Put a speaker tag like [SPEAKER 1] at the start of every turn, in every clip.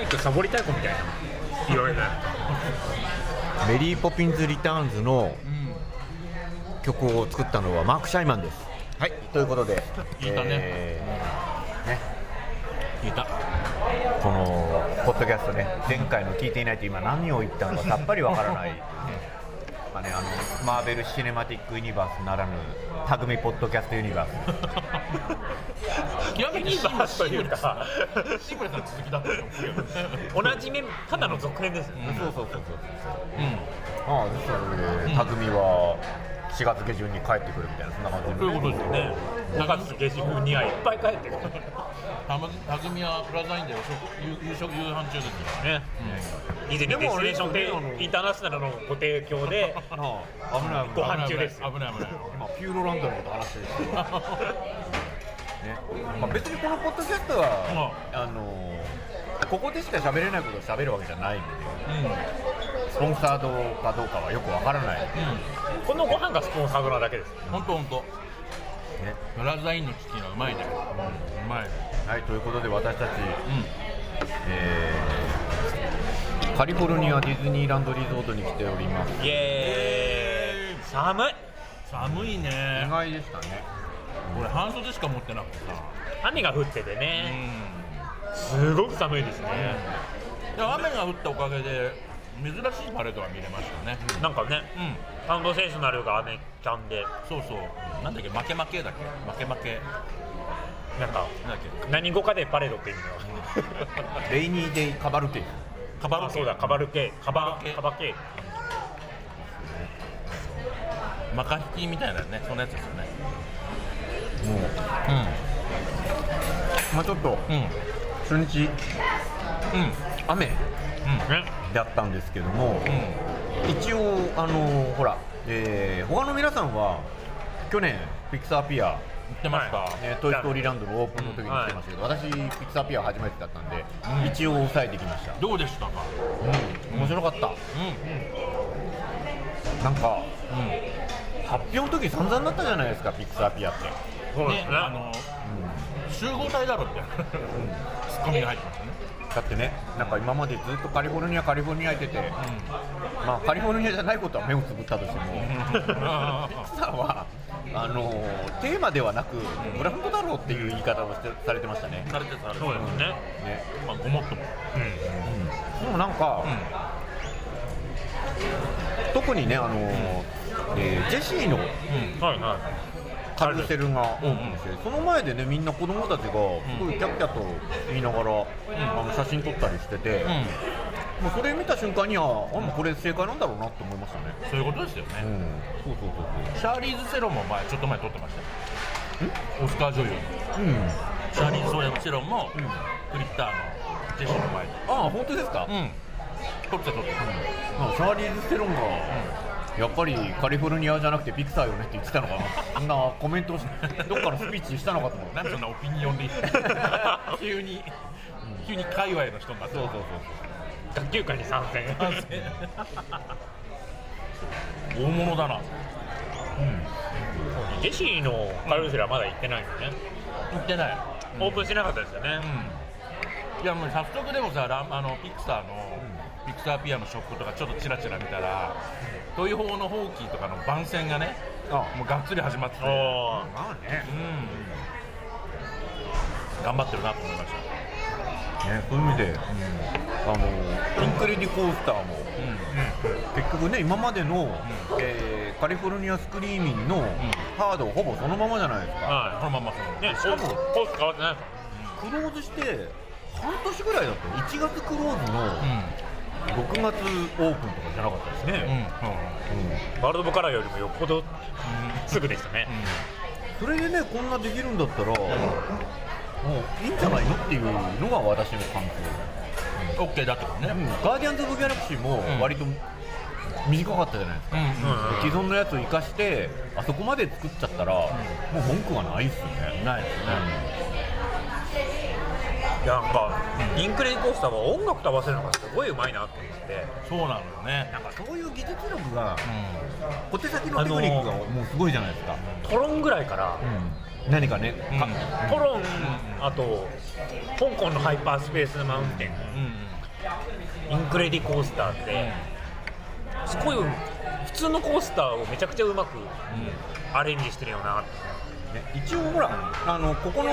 [SPEAKER 1] い子サボりたい子みたいな言われない
[SPEAKER 2] メリーポピンズ・リターンズの曲を作ったのはマーク・シャイマンです
[SPEAKER 3] はい
[SPEAKER 2] ということで
[SPEAKER 3] 言えたね
[SPEAKER 2] ーね
[SPEAKER 1] 言えた
[SPEAKER 2] このポッドキャストね前回の聞いていないと今何を言ったのかさっぱりわから ないまあねあのマーベル・シネマティック・ユニバースならぬタグミポッドキャスト・ユニバース
[SPEAKER 3] 極めてシ
[SPEAKER 1] シ
[SPEAKER 3] ームレス
[SPEAKER 1] というか
[SPEAKER 3] シームレスな続きだったと思うけど
[SPEAKER 1] 同じ面ただの続編ですよね
[SPEAKER 2] そうそうそうそう
[SPEAKER 3] うん
[SPEAKER 2] ああですのでタグミは4月下旬に帰ってくるみたいなそんな感じ
[SPEAKER 3] そういうことですよね
[SPEAKER 1] 中津下旬にはいっぱい帰ってくる
[SPEAKER 3] たま匠はプラザインでお食夕夕食夕飯中ですから
[SPEAKER 1] ね以前にデスティネーションでインターナショナルのご提供で
[SPEAKER 2] ああ危ない危
[SPEAKER 1] ご
[SPEAKER 2] ない
[SPEAKER 1] 飯中です
[SPEAKER 3] 危ない危ない危ない
[SPEAKER 2] 今ピューロランドのこと話してるし、 ねまあ、別にこのポッドキャストは、あのーここでしか喋れないことを喋るわけじゃないのでスポンサードかどうかはよくわからない、ね、
[SPEAKER 1] このご飯がスポンサードなだけです
[SPEAKER 3] うん本当本当プラザインのチキンはうまいねうまい
[SPEAKER 2] はいということで私たち、
[SPEAKER 3] う
[SPEAKER 2] えーカリフォルニアディズニーランドリゾートに来ております
[SPEAKER 1] イエーイ寒い
[SPEAKER 3] ん寒い
[SPEAKER 2] 意
[SPEAKER 3] ね
[SPEAKER 2] 外でしたね
[SPEAKER 3] 俺半袖しか持ってなくてさ
[SPEAKER 1] 雨が降ってて
[SPEAKER 3] う
[SPEAKER 1] ね
[SPEAKER 3] ん
[SPEAKER 1] すごく寒いですね
[SPEAKER 3] でも雨が降ったおかげで珍しいパレードが見れましたね
[SPEAKER 1] なんかね
[SPEAKER 3] うん、
[SPEAKER 1] サンドセーショナルが雨ちゃんで
[SPEAKER 3] そうそうなんだっけ負け負けだっけ負け負け
[SPEAKER 1] なんか
[SPEAKER 3] なんだっけ
[SPEAKER 1] 何語かでパレードって意味
[SPEAKER 2] レイニーデイカバルケ
[SPEAKER 3] カ
[SPEAKER 1] のあそうだカバル系カバ
[SPEAKER 3] カ
[SPEAKER 1] カ
[SPEAKER 3] バ
[SPEAKER 1] バ系
[SPEAKER 3] マカ引きみたいなねそんなやつですよね
[SPEAKER 2] もう、まあ、ちょっと
[SPEAKER 3] うんうん
[SPEAKER 2] 初日
[SPEAKER 3] うん
[SPEAKER 2] 雨
[SPEAKER 1] ね
[SPEAKER 2] だったんですけども、
[SPEAKER 3] うん
[SPEAKER 2] 一応あのほら、えー、他の皆さんは去年ピクサーピア、
[SPEAKER 3] 言ってました、
[SPEAKER 1] は
[SPEAKER 2] えートイ・ストーリーランドのオープンの時に来てましたけど、私ピクサーピア初めてだったんで、
[SPEAKER 3] うん
[SPEAKER 2] 一応抑えてきました、
[SPEAKER 3] どうでしたか
[SPEAKER 2] うん、面白かった、
[SPEAKER 3] うん
[SPEAKER 2] なんか
[SPEAKER 3] うん
[SPEAKER 2] 発表の時散々だったじゃないですかピクサーピアって、
[SPEAKER 1] そうで
[SPEAKER 3] ね
[SPEAKER 1] すね
[SPEAKER 3] あの集合体だろって ツッコミが入ってましたね
[SPEAKER 2] だってねなんか今までずっとカリフォルニアカリフォルニア行ってて、まあカリフォルニアじゃないことは目をつぶったとしても、
[SPEAKER 3] う
[SPEAKER 2] さんはあのーテーマではなくブランドだろうっていう言い方をしてされてましたね
[SPEAKER 3] ん。されてたら
[SPEAKER 1] そうですね
[SPEAKER 2] ね、
[SPEAKER 3] まあごもっとも
[SPEAKER 1] うん
[SPEAKER 2] でもなんか、特にねあのー、えージェシーの
[SPEAKER 3] うん
[SPEAKER 1] はいは
[SPEAKER 2] カルセルがオープンして、その前でねみんな子供たちがすごいキャッキャと言いながら、あの写真撮ったりしてて、
[SPEAKER 3] うん、
[SPEAKER 2] もうそれ見た瞬間にはあもうこれ正解なんだろうなって思いましたね。
[SPEAKER 3] そういうことですよ
[SPEAKER 2] う
[SPEAKER 3] ね、
[SPEAKER 2] ん、そうそうそう
[SPEAKER 3] シャーリーズ・セロンも前ちょっと前撮ってましたよオスカー女優の
[SPEAKER 2] そう。うん。
[SPEAKER 3] シャーリーズ・セロンも、
[SPEAKER 2] うん
[SPEAKER 3] クリッターのジェシーの前で
[SPEAKER 2] ああ本当ですか。
[SPEAKER 3] うん撮ってた撮ってた
[SPEAKER 2] まあ、シャーリーズ・セロンが、やっぱりカリフォルニアじゃなくてピクサーよねって言ってたの かな、そんなコメントをし、どっかのスピーチしたのかと思って、
[SPEAKER 3] なんでそんなオピニオンで いい急に急に界隈の人になって
[SPEAKER 2] そうそうそう
[SPEAKER 1] い学級会に参戦
[SPEAKER 3] 大物だな
[SPEAKER 1] ジェシーのカルセルはまだ行ってないんでね
[SPEAKER 3] 言ってない
[SPEAKER 1] オープンしなかったですよね
[SPEAKER 3] うんいやもう早速でもさランあのピクサーの、ピクサーピアのショップとかちょっとチラチラ見たら東洋のホーキーとかの番宣がね
[SPEAKER 2] あ
[SPEAKER 3] もうがっつり始まってて、
[SPEAKER 1] おお
[SPEAKER 2] まあね
[SPEAKER 3] うん頑張ってるなと思いまし
[SPEAKER 2] ね、そういう意味で、あのインクレディコースターも、
[SPEAKER 3] たうん
[SPEAKER 2] 結局ね、今までの、えーカリフォルニアスクリーミンのハード、ほぼそのままじゃないですか、
[SPEAKER 3] こ
[SPEAKER 1] は
[SPEAKER 3] のまんまその
[SPEAKER 1] いねコ
[SPEAKER 2] しか
[SPEAKER 1] ース
[SPEAKER 2] も
[SPEAKER 1] コース変わってないですか
[SPEAKER 2] クローズして半年ぐらいだったの、1月クローズの6月オープンとかじゃなかったです
[SPEAKER 3] うんうん
[SPEAKER 2] ね。うん
[SPEAKER 1] ワールド・オブ・カラーよりもよっぽどすぐでしたね、
[SPEAKER 2] それでねこんなできるんだったら、もういいんじゃないのっていうのが私の感
[SPEAKER 3] うんオッケーだってこと
[SPEAKER 2] 想、
[SPEAKER 3] ね
[SPEAKER 2] ガーディアンズ・オブ・ギャラクシーも
[SPEAKER 3] うん
[SPEAKER 2] 割と短かったじゃないですか、
[SPEAKER 3] うん
[SPEAKER 1] うん
[SPEAKER 2] 既存のやつを生かしてあそこまで作っちゃったら、もう文句はないっすよね
[SPEAKER 3] ないですね
[SPEAKER 1] いやなんか、インクレイコースターは音楽と合わせるのがすごい上手いなって思って
[SPEAKER 3] そうなのよね
[SPEAKER 2] なんかそういう技術力が
[SPEAKER 3] う
[SPEAKER 2] 小手先のテクニックがもうすごいじゃないですか、
[SPEAKER 1] トロンぐらいから、
[SPEAKER 2] 何かね、
[SPEAKER 3] ん
[SPEAKER 1] かトロン、あと香港のハイパースペースマウンテン
[SPEAKER 3] うんうん
[SPEAKER 1] インクレディコースターってすごい普通のコースターをめちゃくちゃうまくアレンジしてるよなって
[SPEAKER 2] ね一応ほらあのここの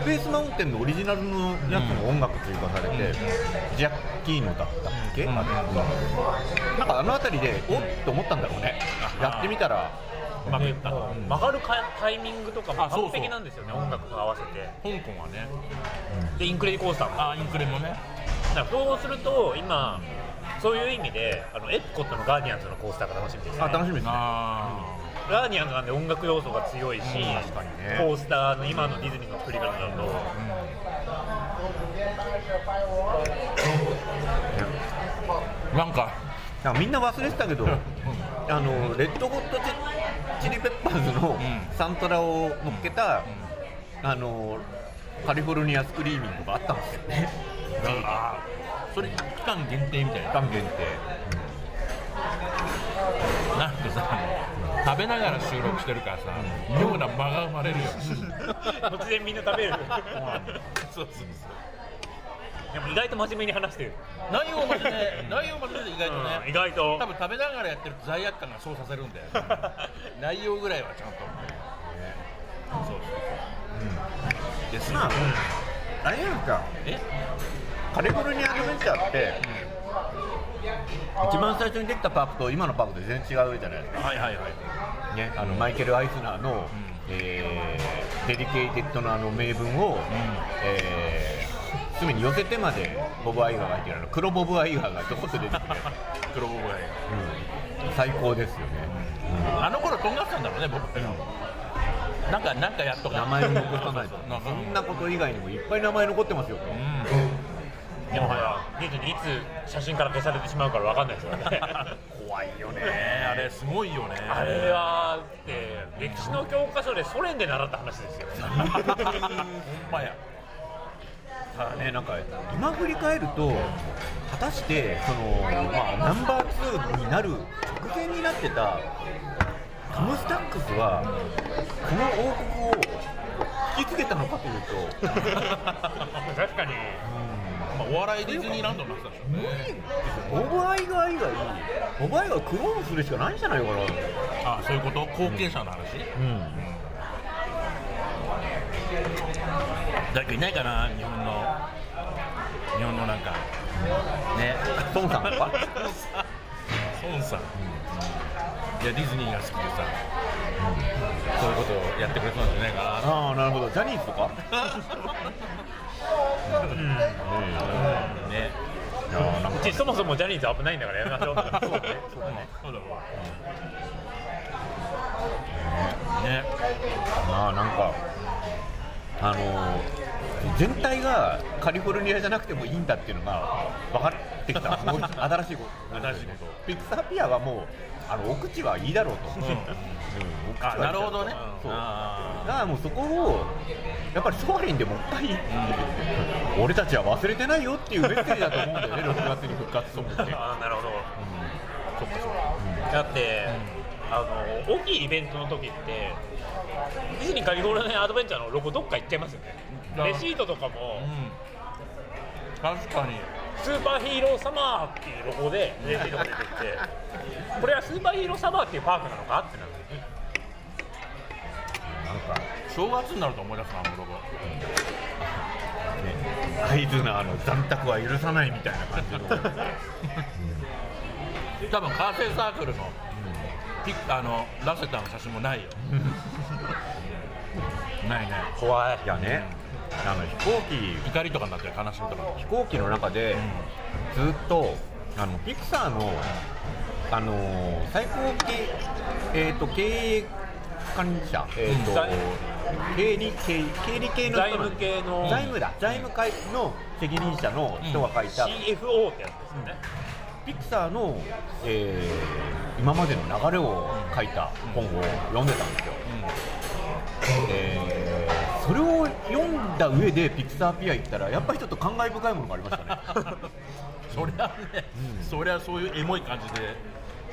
[SPEAKER 2] スペースマウンテンのオリジナルのやつの音楽追加されて、
[SPEAKER 3] うん
[SPEAKER 2] ジャッキーノだったっけ、
[SPEAKER 3] うん
[SPEAKER 2] あれなんかあの辺りでおっと思ったんだろうね、やってみたら
[SPEAKER 3] うまくいった、
[SPEAKER 1] もう
[SPEAKER 2] うん
[SPEAKER 1] 曲がるかタイミングとかも
[SPEAKER 3] あそうそう
[SPEAKER 1] 完璧なんですよね音楽と合わせて
[SPEAKER 3] 香港はね
[SPEAKER 1] でインクレディコースターも
[SPEAKER 3] あインクレもね
[SPEAKER 1] だからそうすると今そういう意味であのエプコットのガーディアンズのコースターが楽しみですね
[SPEAKER 2] あ楽しみですね
[SPEAKER 3] あ
[SPEAKER 1] ガーディアンズなんで音楽要素が強いし、
[SPEAKER 3] うん
[SPEAKER 2] 確かにね
[SPEAKER 1] コースターの今のディズニーの作り方だと、
[SPEAKER 3] あ、うん、なんか
[SPEAKER 2] なんかみんな忘れてたけ ど、
[SPEAKER 3] ん
[SPEAKER 2] あのレッドホットチチリペッパーズの
[SPEAKER 3] ん
[SPEAKER 2] サントラを乗っけた、あのカリフォルニアスクリーミングがあったんですよね
[SPEAKER 3] なんかそれ期間限定みたいな
[SPEAKER 2] 期間限定
[SPEAKER 3] なんかさ食べながら収録してるからさ妙な間が生まれるよ
[SPEAKER 1] 突然みんな 食べる
[SPEAKER 3] そうそうそう
[SPEAKER 1] でも意外と真面目に話してる、
[SPEAKER 3] 内容までね内容までね意外とね、
[SPEAKER 1] うん意外と
[SPEAKER 3] 多分食べながらやってると罪悪感がそうさせるんだよ内容ぐらいはちゃんとそうそうそうですよ
[SPEAKER 2] まああれなんか
[SPEAKER 3] え
[SPEAKER 2] カリフォルニアアドベンチャーって一番最初にできたパークと今のパークで全然違うじゃないですか、
[SPEAKER 3] はいはいはい
[SPEAKER 2] ね、あのマイケル・アイスナーの、えーデリケイテッドのあの名文を、えー隅に寄せてまでボブ・アイガーが入ってるあの黒ボブ・アイガーがどこで出て くる、
[SPEAKER 3] 黒ボブがいい
[SPEAKER 2] うん最高ですよね、
[SPEAKER 3] あの頃とんがってたんだろうね僕なんかなんかやっと
[SPEAKER 2] う
[SPEAKER 3] か
[SPEAKER 2] ん名前を残さないと
[SPEAKER 3] そうそう
[SPEAKER 2] そんなこと以外にもいっぱい名前残ってますよ
[SPEAKER 1] でもほらゲートにいつ写真から消されてしまうから分かんないです よね
[SPEAKER 2] 怖いよね
[SPEAKER 3] ねあれすごいよね
[SPEAKER 1] あれはだって歴史の教科書でソ連で習った話ですよ
[SPEAKER 3] ほんまや
[SPEAKER 2] ただね、なんか今振り返ると、果たしてその、まあ、ナンバー2になる直前になってたカムスタックスは、この王国を引き継げたのかというと、
[SPEAKER 1] 確かに
[SPEAKER 3] まあお笑いディズニーランドになってたでしょうね
[SPEAKER 2] ボブ・アイガー以外、ボブ・アイガーをクローンするしかないんじゃないかな、
[SPEAKER 3] あそういうこと後継者の話、誰かいないかな日本の日本のなんかね
[SPEAKER 2] トムさんは
[SPEAKER 3] 孫さん、いやディズニーが好きでさ、そういうことをやってくれそうなんじゃないか
[SPEAKER 2] ああ、なるほど、ジャニーズと か、
[SPEAKER 3] なね
[SPEAKER 2] いやーなん
[SPEAKER 1] う
[SPEAKER 2] か
[SPEAKER 1] ちそもそもジャニーズ危ないんだからやめましょう
[SPEAKER 3] そうだねそうだわね
[SPEAKER 2] まあなんかあのー全体がカリフォルニアじゃなくてもいいんだっていうのが分かってき たすごい新しいこと
[SPEAKER 3] 新しいこと
[SPEAKER 2] ピクサーピアはもうあのお口はいいだろうと、うんお口はい
[SPEAKER 3] あ
[SPEAKER 2] いだ
[SPEAKER 3] なる
[SPEAKER 2] ろう
[SPEAKER 3] ほ
[SPEAKER 2] と
[SPEAKER 3] どね
[SPEAKER 2] そうだ
[SPEAKER 3] あ
[SPEAKER 2] からもうそこをやっぱりソーリンでもう一回、俺たちは忘れてないよっていうメッセージだと思うんだよね 6月に復活ソングって、
[SPEAKER 1] ああなるほど、だって、あの大きいイベントの時ってディズニーカリフォルニアアドベンチャーのロゴどっか行っちゃいますよね
[SPEAKER 3] だ
[SPEAKER 1] レシートとかも、
[SPEAKER 3] ーうん確かに
[SPEAKER 1] スーパーヒーローサマーっていうロゴでレシートが出てきてこれはスーパーヒーローサマーっていうパークなのかってなる
[SPEAKER 2] なんか
[SPEAKER 3] 正月になると思い出すなあのロゴ
[SPEAKER 2] ね、アイズナーの残卓は許さないみたいな感じの。
[SPEAKER 3] 多分カーセイサークルのピッあのラセターの写真もないよないない
[SPEAKER 1] 怖い
[SPEAKER 2] いやね、あの飛行機
[SPEAKER 3] 怒りとかになってる悲しみとか
[SPEAKER 2] 飛行機の中でずっとあのピクサーのあのー最高経えーと経営管理者えーと
[SPEAKER 1] 財
[SPEAKER 2] 経理経経理系の人なん
[SPEAKER 1] 財務系
[SPEAKER 2] です
[SPEAKER 1] の
[SPEAKER 2] 財務だ財務会の責任者の人が書いた、
[SPEAKER 1] CFO ってやつですよね、
[SPEAKER 2] ピクサーの、えー今までの流れを書いた本を読んでたんですよ。えーそれを読んだ上でピクサーピア行ったらやっぱりちょっと感慨深いものがありましたね
[SPEAKER 3] そりゃね、そりゃそういうエモい感じで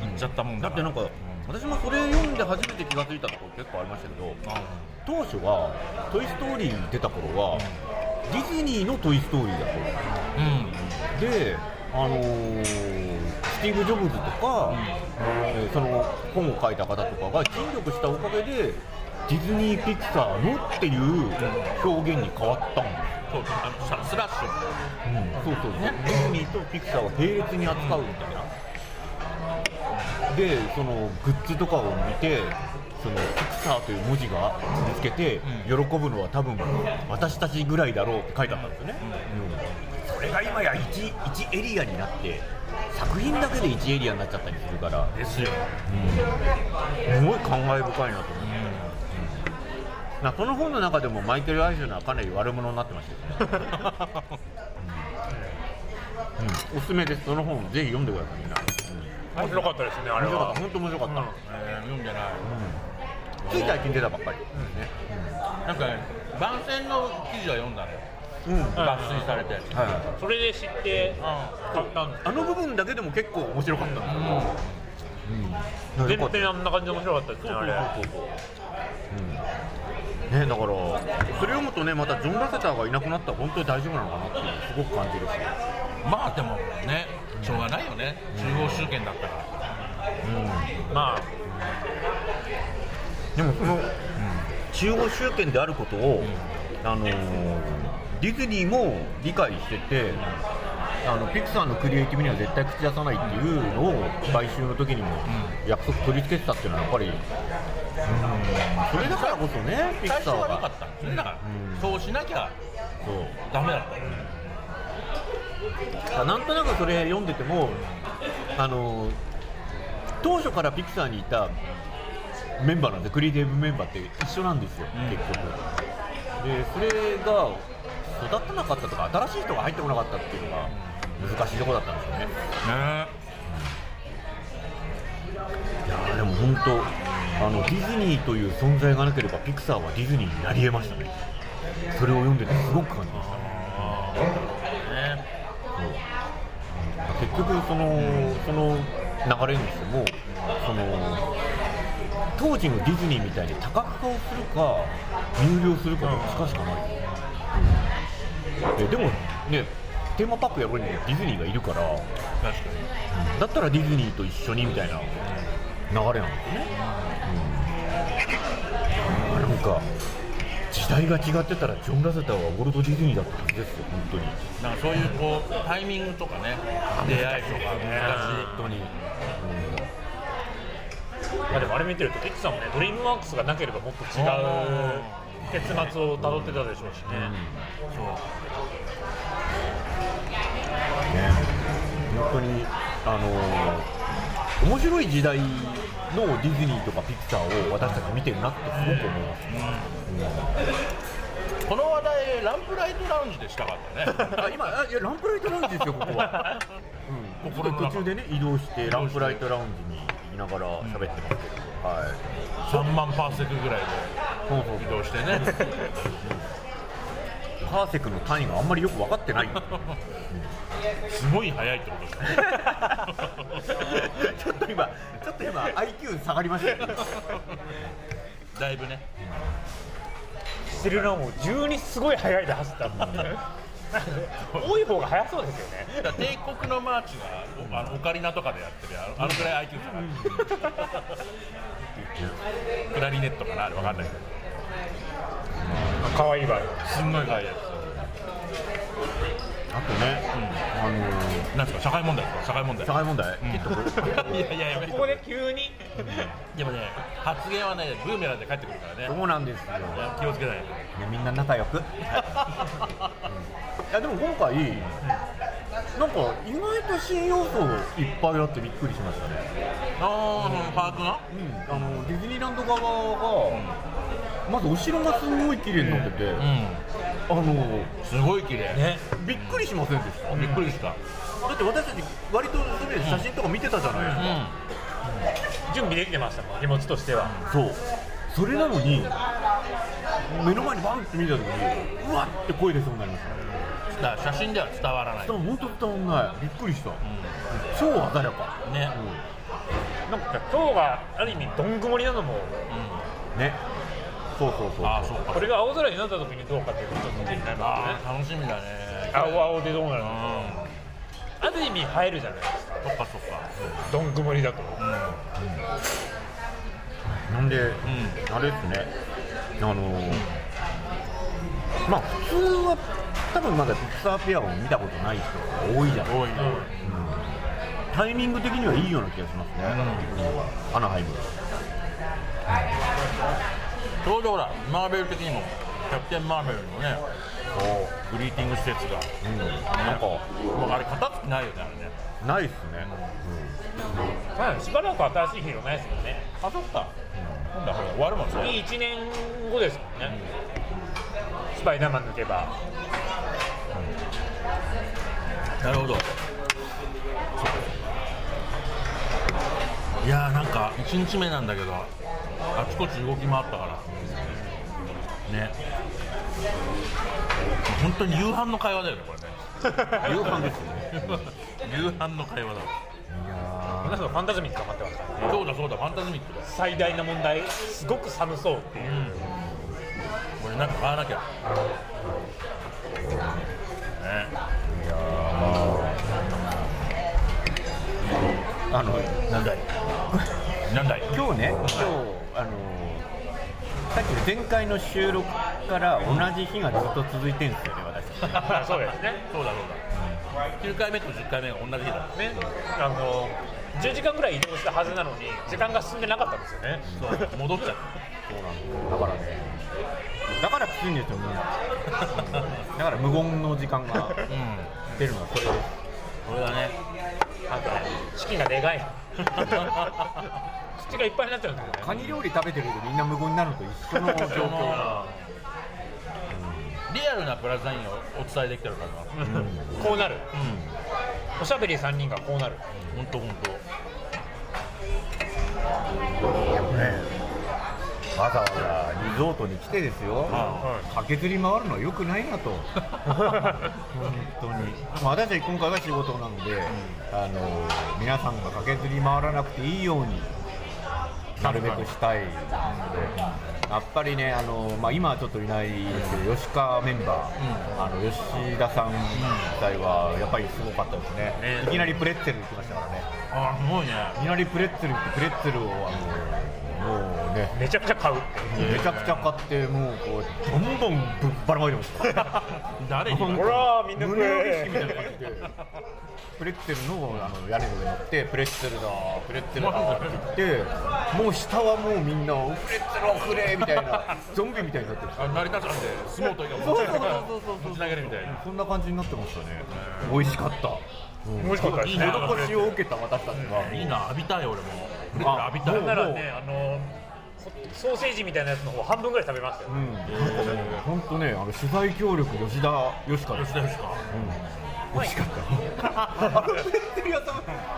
[SPEAKER 3] 行っちゃったもん
[SPEAKER 2] だ
[SPEAKER 3] だ
[SPEAKER 2] ってなんか私もそれ読んで初めて気が付いたところ結構ありましたけど
[SPEAKER 3] あ
[SPEAKER 2] 当初は「トイ・ストーリー」に出た頃はディズニーの「トイ・ストーリー」だと
[SPEAKER 3] うん
[SPEAKER 2] で、あのースティーブ・ジョブズとか、えーその本を書いた方とかが尽力したおかげでディズニー・ピクサーのっていう表現に変わったんです
[SPEAKER 3] そうですあのさスラッシュ
[SPEAKER 2] そうそうねディズニーとピクサーを並列に扱うみたいな、でそのグッズとかを見てそのピクサーという文字が見つけて、喜ぶのは多分私たちぐらいだろうって書いてあったんですよね、うんそれが今や 1, 1エリアになって作品だけで1エリアになっちゃったりするから
[SPEAKER 3] ですよ
[SPEAKER 2] すごい感慨深いなと思って、うんなこの本の中でもマイケル・アイシュナはかなり悪者になってましたよね、うんおすすめですその本ぜひ読んでくださいみんな、
[SPEAKER 1] 面白かったですねあ
[SPEAKER 2] あ
[SPEAKER 1] れ
[SPEAKER 2] れは
[SPEAKER 1] は
[SPEAKER 2] 本当面白かった、
[SPEAKER 3] えー読んでない
[SPEAKER 2] つい最近出たばっかり、
[SPEAKER 3] なんかね番宣の記事は読んだのよ
[SPEAKER 2] うんは
[SPEAKER 3] 抜粋されて
[SPEAKER 2] いはい
[SPEAKER 1] それで知って買ったんです
[SPEAKER 2] あの部分だけでも結構面白かったんですよ、うん
[SPEAKER 1] 全然あんな感じで面白かったですねあれ
[SPEAKER 2] そうそうそうそう、うん、ねだからそれ読むとねまたジョン・ラセターがいなくなったら本当に大丈夫なのかなっていうのをすごく感じるし
[SPEAKER 3] まあでもねしょうがないよね中央集権だったから
[SPEAKER 1] まあ
[SPEAKER 2] でもその、中央集権であることを、あのーディズニーも理解してて、あのピクサーのクリエイティブには絶対口出さないっていうのを買収の時にも約束取り付けてたっていうのはやっぱり、うん、それだからこそねピク
[SPEAKER 3] 最初
[SPEAKER 2] サ
[SPEAKER 3] は
[SPEAKER 2] ー
[SPEAKER 3] 良か
[SPEAKER 2] が
[SPEAKER 3] ったんですねだから
[SPEAKER 2] うん
[SPEAKER 3] そうしなきゃ
[SPEAKER 2] そう
[SPEAKER 3] ダメだったよ
[SPEAKER 2] だからなんとなくそれ読んでてもあのー当初からピクサーにいたメンバーなんでクリエイティブメンバーって一緒なんですよ、
[SPEAKER 3] うん
[SPEAKER 2] 結局でそれが育たなかったとか新しい人が入ってこなかったっていうのが難しいとこだったんですよね
[SPEAKER 3] ね
[SPEAKER 2] いやーでも本当あのディズニーという存在がなければピクサーはディズニーになり得ましたねそれを読んでてすごく感じました
[SPEAKER 3] ね
[SPEAKER 2] 結局そのその流れにしてもその当時のディズニーみたいに多角化をするか有料するかどっちかしかない、うんえでもねテーマパックやるにもディズニーがいるから
[SPEAKER 3] 確か
[SPEAKER 2] だったらディズニーと一緒にみたいな流れなんですね、うん、なんか時代が違ってたらジョン・ラセターはウォルト・ディズニーだったはずですよ本当に
[SPEAKER 3] になんかそういうこうタイミングとかね出会いとか難しい
[SPEAKER 2] 本当に、
[SPEAKER 1] まあでもあれ見てるとテッチさんもねドリームワークスがなければもっと違う結末をたどってたでしょうしね、
[SPEAKER 3] そう
[SPEAKER 2] ね、本当に、あのー面白い時代のディズニーとかピクサーを私たち見てるなってすごく思います、
[SPEAKER 3] この話題ランプライトラウンジでしたかったね
[SPEAKER 2] あ今あいやランプライトラウンジですよここ は、うん、これ
[SPEAKER 3] 心の中
[SPEAKER 2] 途中でね移動してランプライトラウンジにいながら喋ってますけど、はい
[SPEAKER 3] 3万パーセクぐらい
[SPEAKER 2] そうそう
[SPEAKER 3] で移動してね
[SPEAKER 2] パーセクの単位があんまりよく分かってない
[SPEAKER 3] すごい速いってことですね
[SPEAKER 2] ちょっと今ちょっと今 IQ 下がりましたよね
[SPEAKER 3] だいぶね
[SPEAKER 1] してるのも急にすごい速いで走ったんで多い方が速そうですよね
[SPEAKER 3] だから帝国のマーチがおあのオカリナとかでやってるあのあのくらい IQ かなクラリネットかなあれわかんないけど
[SPEAKER 1] 可愛い場合
[SPEAKER 3] すんごい速いや
[SPEAKER 2] あとね、あのー
[SPEAKER 3] つなんですか社会問題ですか社会問題
[SPEAKER 2] 社会問題、
[SPEAKER 3] うん
[SPEAKER 2] きっとこれ
[SPEAKER 3] いやいややめて
[SPEAKER 1] ここで急に
[SPEAKER 3] でもね発言はねブーメランで帰ってくるからね
[SPEAKER 2] そうなんですよ
[SPEAKER 3] いや気をつけないと
[SPEAKER 2] ね、みんな仲良く、いやでも今回、なんか意外と新要素いっぱいあってびっくりしましたね、
[SPEAKER 3] ああ、うん、パートナー
[SPEAKER 2] あのディズニーランド側が、まずお城がすごい綺麗になってて、あ
[SPEAKER 3] う
[SPEAKER 2] の
[SPEAKER 3] んすごい綺麗
[SPEAKER 1] ね
[SPEAKER 2] びっくりしませんでした、
[SPEAKER 3] びっくりした
[SPEAKER 2] だって私たち割とそれで写真とか見てたじゃないですか、
[SPEAKER 3] う
[SPEAKER 1] 準備できてましたもん荷物としては
[SPEAKER 2] そうそれなのに目の前にバンって見た時にうわって声出そうになりました
[SPEAKER 3] んだから写真では伝わらない
[SPEAKER 2] でも本当伝わんないびっくりした、超鮮やか、
[SPEAKER 3] ね
[SPEAKER 1] なんか今日がある意味どん曇りなのも
[SPEAKER 2] ねそうそうそう
[SPEAKER 3] ああそうか
[SPEAKER 1] これが青空になった時にどうかっていうのがちょっと気になりま
[SPEAKER 3] あー楽しみだね
[SPEAKER 1] すね青々でどうなるの
[SPEAKER 3] う
[SPEAKER 1] ある意味入るじゃないですか
[SPEAKER 3] そっかそっか
[SPEAKER 1] どん曇りだと
[SPEAKER 3] うん、うん
[SPEAKER 2] なんで、
[SPEAKER 3] ん
[SPEAKER 2] あれですね、あのーまあ、普通は多分まだピクサーペアを見たことない人が多いじゃない、
[SPEAKER 3] 多いな、
[SPEAKER 2] タイミング的にはいいような気がしますね、アナハイム。
[SPEAKER 3] ちょうどほらマーベル的にもキャプテン・マーベルのねグリーティング施設が、
[SPEAKER 2] うん、なんか、
[SPEAKER 3] もうあれ片付きないよねあれね
[SPEAKER 2] ないっすね、
[SPEAKER 1] まあしばらく新しいヒーローないですもんね
[SPEAKER 3] あそっか今度はほら終わるもんね
[SPEAKER 1] 次1年後ですもんね、スパイダーマン抜けば
[SPEAKER 3] なるほどいやーなんか1日目なんだけどあちこち動き回ったからね本当に夕飯の会話だよねこ れね夕飯ですよね夕飯の会話だ
[SPEAKER 2] うん、いや
[SPEAKER 1] 皆さんファンタズミックが待ってますからね
[SPEAKER 3] そうだそうだファンタズミックだ
[SPEAKER 1] 最大の問題すごく寒そうっていう
[SPEAKER 3] これなんか買わなきゃね
[SPEAKER 2] ーあの
[SPEAKER 3] なんだいなんだい
[SPEAKER 2] 今日ね、今日あのーさっきの前回の収録から同じ日がずっと続いてるんですよね、私。
[SPEAKER 1] まあそうですね
[SPEAKER 3] そうだそうだ9回目と10回目が同じ日だ
[SPEAKER 1] ねあの10時間ぐらい移動したはずなのに時間が進んでなかったんですよね
[SPEAKER 3] そう戻っちゃう
[SPEAKER 2] そうなんですよだからねだからきついんですよみんなだから無言の時間が
[SPEAKER 3] うん
[SPEAKER 2] 出るのはこれです
[SPEAKER 3] これだね
[SPEAKER 1] あとね資金がでかい 口がいっぱいになっちゃうんですよね
[SPEAKER 2] カニ料理食べてるけどみんな無言になるのと一緒の状況が、
[SPEAKER 3] リアルなプラザインをお伝えできてるからなう
[SPEAKER 1] うん
[SPEAKER 3] ん
[SPEAKER 1] こうなるおしゃべり3人がこうなる
[SPEAKER 3] 本当本
[SPEAKER 2] ねわざわざリゾートに来てですよ
[SPEAKER 3] は
[SPEAKER 2] 駆けずり回るのはよくないなと本当に、まあ、私たち今回は仕事なので、あの皆さんが駆けずり回らなくていいようになるべくしたいので、やっぱりね、あのまあ、今はちょっといないですけど、吉川メンバー、あの吉田さん自体はやっぱりすごかったですね、
[SPEAKER 3] ね
[SPEAKER 2] いきなりプレッツェル行きましたからね、
[SPEAKER 3] 当ああすごいね
[SPEAKER 2] いきなりプレッツェル行って、プレッツェルをあのもうね、
[SPEAKER 1] めちゃくちゃ買うって
[SPEAKER 2] めちゃくちゃ買って、もうこう、どんどんぶっばらまいてました。
[SPEAKER 3] 誰に
[SPEAKER 2] ほ
[SPEAKER 1] ほらみんな食
[SPEAKER 2] 胸
[SPEAKER 1] え
[SPEAKER 2] 焼けみたいな感じでプレッツェルのあの屋根の上に乗ってプレッツェルだプレッツェルだって言ってもう下はもうみんなプレッツェルをくれみたいなゾンビみたいになってる
[SPEAKER 3] あ成田山で相撲取りが
[SPEAKER 2] そうそうそう
[SPEAKER 3] 持ち投げるみたいな
[SPEAKER 2] そんな感じになってましたね美味しかった
[SPEAKER 1] 美味しかったですね
[SPEAKER 2] 施しを受けた私たちが
[SPEAKER 3] いいな浴びたい俺も
[SPEAKER 2] あ
[SPEAKER 3] 浴びたい
[SPEAKER 2] もう
[SPEAKER 1] ならねあのソーセージみたいなやつの方半分ぐらい食べましたよ
[SPEAKER 2] うんなんかもう本当ねあの取材協力吉田吉川です
[SPEAKER 3] 吉田ですか
[SPEAKER 2] 美味しかった。あのプレッツェル屋さん、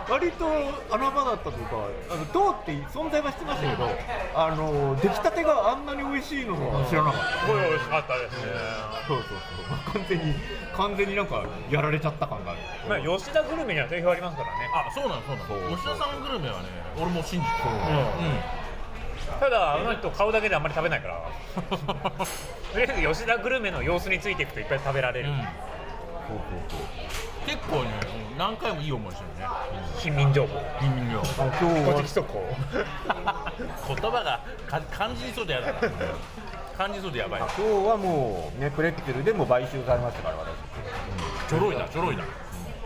[SPEAKER 2] 割と穴場だったというか、あのどうって存在はしてましたけど、あの出来たてがあんなに美味しいのは知らなかっ
[SPEAKER 1] す
[SPEAKER 2] た。
[SPEAKER 1] ごい美味しかったですね、
[SPEAKER 2] そうそうそう。完全に完全になんかやられちゃった感がある。
[SPEAKER 1] まあ、吉田グルメには定評ありますからね
[SPEAKER 3] あそうなのそう
[SPEAKER 2] そう
[SPEAKER 3] なの吉田さんグルメはね俺も信じてる
[SPEAKER 1] ただあの人顔だけであんまり食べないからとりあえず吉田グルメの様子についていくといっぱい食べられ
[SPEAKER 3] う
[SPEAKER 1] る、
[SPEAKER 3] んうん
[SPEAKER 2] そうそうそう。
[SPEAKER 3] 結構ねうん何回もいい思いしてるね
[SPEAKER 1] 貧民情報
[SPEAKER 3] 貧民量
[SPEAKER 2] あ今日
[SPEAKER 1] 個
[SPEAKER 2] は
[SPEAKER 1] 人速報
[SPEAKER 3] 言葉がか感じにそうでやだな感じそうでやばい
[SPEAKER 2] 今日はもうねプレッツェルでも買収されましたから私。
[SPEAKER 3] ちょろいなちょろいな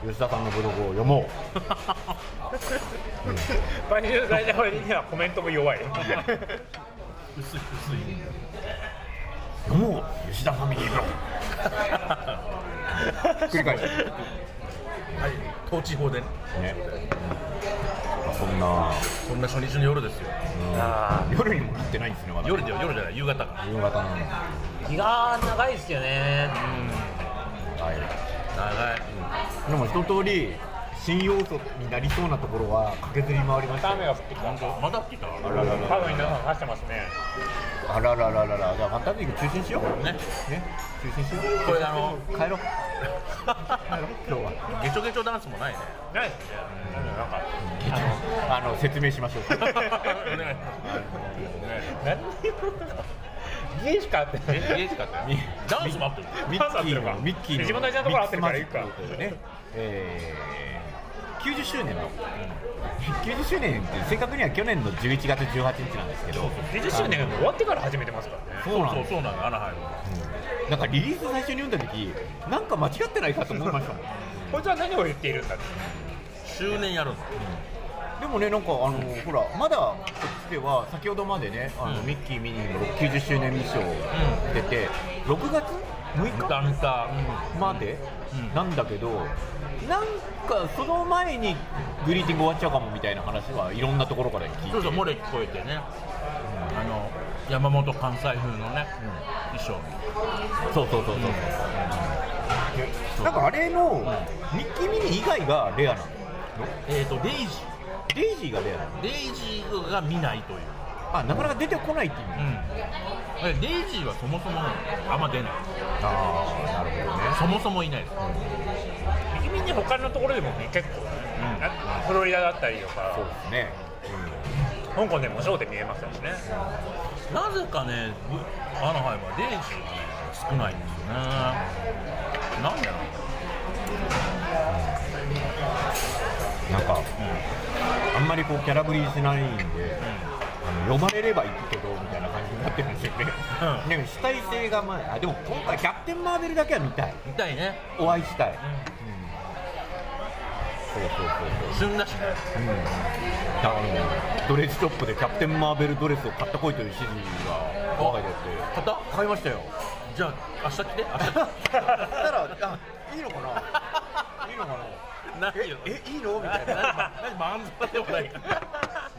[SPEAKER 2] 吉田さんのブログを読もう。
[SPEAKER 1] 買収された割にはコメントも弱い
[SPEAKER 3] 薄い薄い
[SPEAKER 2] 読もう吉田ファミリーブログ。 繰り返して。
[SPEAKER 3] はい統治法でね
[SPEAKER 2] ね。まあそんな
[SPEAKER 3] そんな初日の夜ですよ
[SPEAKER 1] あ
[SPEAKER 2] 夜にも行ってないんですね。まだ
[SPEAKER 3] 夜だよ夜じゃない夕方か
[SPEAKER 2] 夕方のね。
[SPEAKER 1] ー日が長いですよね
[SPEAKER 2] はい。
[SPEAKER 3] 長い
[SPEAKER 2] でも一通り新要素になりそうなところは駆けずり回りました。
[SPEAKER 1] 雨が降ってきた
[SPEAKER 3] 本当まだ来た
[SPEAKER 2] あららら
[SPEAKER 1] 多分皆さん走ってますね
[SPEAKER 2] あららららら。じゃあファンタジーク中止にしよう。
[SPEAKER 3] ね
[SPEAKER 2] ね。中止にしよう。
[SPEAKER 3] これあの
[SPEAKER 2] 帰ろう。帰ろう。今日は。
[SPEAKER 3] ゲチョゲチョダンスもないね
[SPEAKER 1] ないですねなん か
[SPEAKER 2] あの説明しましょう。
[SPEAKER 3] お願い
[SPEAKER 1] 何にも家しかあってない
[SPEAKER 3] え嬉しかったよダンスもあってる
[SPEAKER 2] ミッキーのミッキーの
[SPEAKER 1] 自分の大事なところ合ってるからいいか
[SPEAKER 2] ミックスマジックというねえー90周年の、90周年って正確には去年の11月18日なんですけど、
[SPEAKER 1] 20周年がもう終わってから始めてますからね
[SPEAKER 2] そうなんです
[SPEAKER 3] そうそうそうなのアナハイムは
[SPEAKER 2] なんかリリース最初に読んだ時なんか間違ってないかと思い ましたもん
[SPEAKER 1] こいつは何を言っているんだって
[SPEAKER 3] 周年やるんだ
[SPEAKER 2] でもねなんかあのほらまだこっちでは先ほどまでねあの、
[SPEAKER 3] うん
[SPEAKER 2] ミッキーミニーの90周年ミッション出て、6月6日
[SPEAKER 3] 歌見た、
[SPEAKER 2] まで
[SPEAKER 3] うん
[SPEAKER 2] なんだけど、なんかその前にグリーティング終わっちゃうかもみたいな話はいろんなところから聞いて
[SPEAKER 3] そうそう漏れ聞こえてね、あの山本関西風のね、衣装
[SPEAKER 2] そうそうそうそう、なんかあれのミッキーミニー以外がレアなの
[SPEAKER 3] えっ、とレイジ
[SPEAKER 2] デイジーがレアなの
[SPEAKER 3] レイジが見ないという、
[SPEAKER 2] あなかなか出てこないっていう
[SPEAKER 3] うん、レイジはそもそもあんま出ない
[SPEAKER 2] ああなるほどね
[SPEAKER 3] そもそもいないです、
[SPEAKER 1] 右耳に他のところでもね結構ね、あフロリダだったりと
[SPEAKER 2] そう
[SPEAKER 1] か
[SPEAKER 2] ですね、
[SPEAKER 1] 香港でもショーで見えましたしね
[SPEAKER 3] なぜかねぶアナハイムはレイジがね少ないんですよねなんでなんだろ
[SPEAKER 2] なんか
[SPEAKER 3] う、うん
[SPEAKER 2] あんまりこうキャラぶりしないんで、あの呼ばれれば行くけどみたいな感じになってるんですよね、
[SPEAKER 3] うん
[SPEAKER 2] でも主体性がまああでも今回キャプテン・マーベルだけは見たい
[SPEAKER 3] 見たいね
[SPEAKER 2] お会いしたい、うんそうそうそう
[SPEAKER 3] 旬だしね
[SPEAKER 2] そう、うん、あのドレスショップでキャプテン・マーベルドレスを買ってこいという指示が我が家であ
[SPEAKER 3] 買った買いましたよじゃあ明日来て明日 来て
[SPEAKER 2] ってたらあいいのかないいのかな
[SPEAKER 3] ないよ
[SPEAKER 2] えいいのみたいな
[SPEAKER 3] 何漫才でもない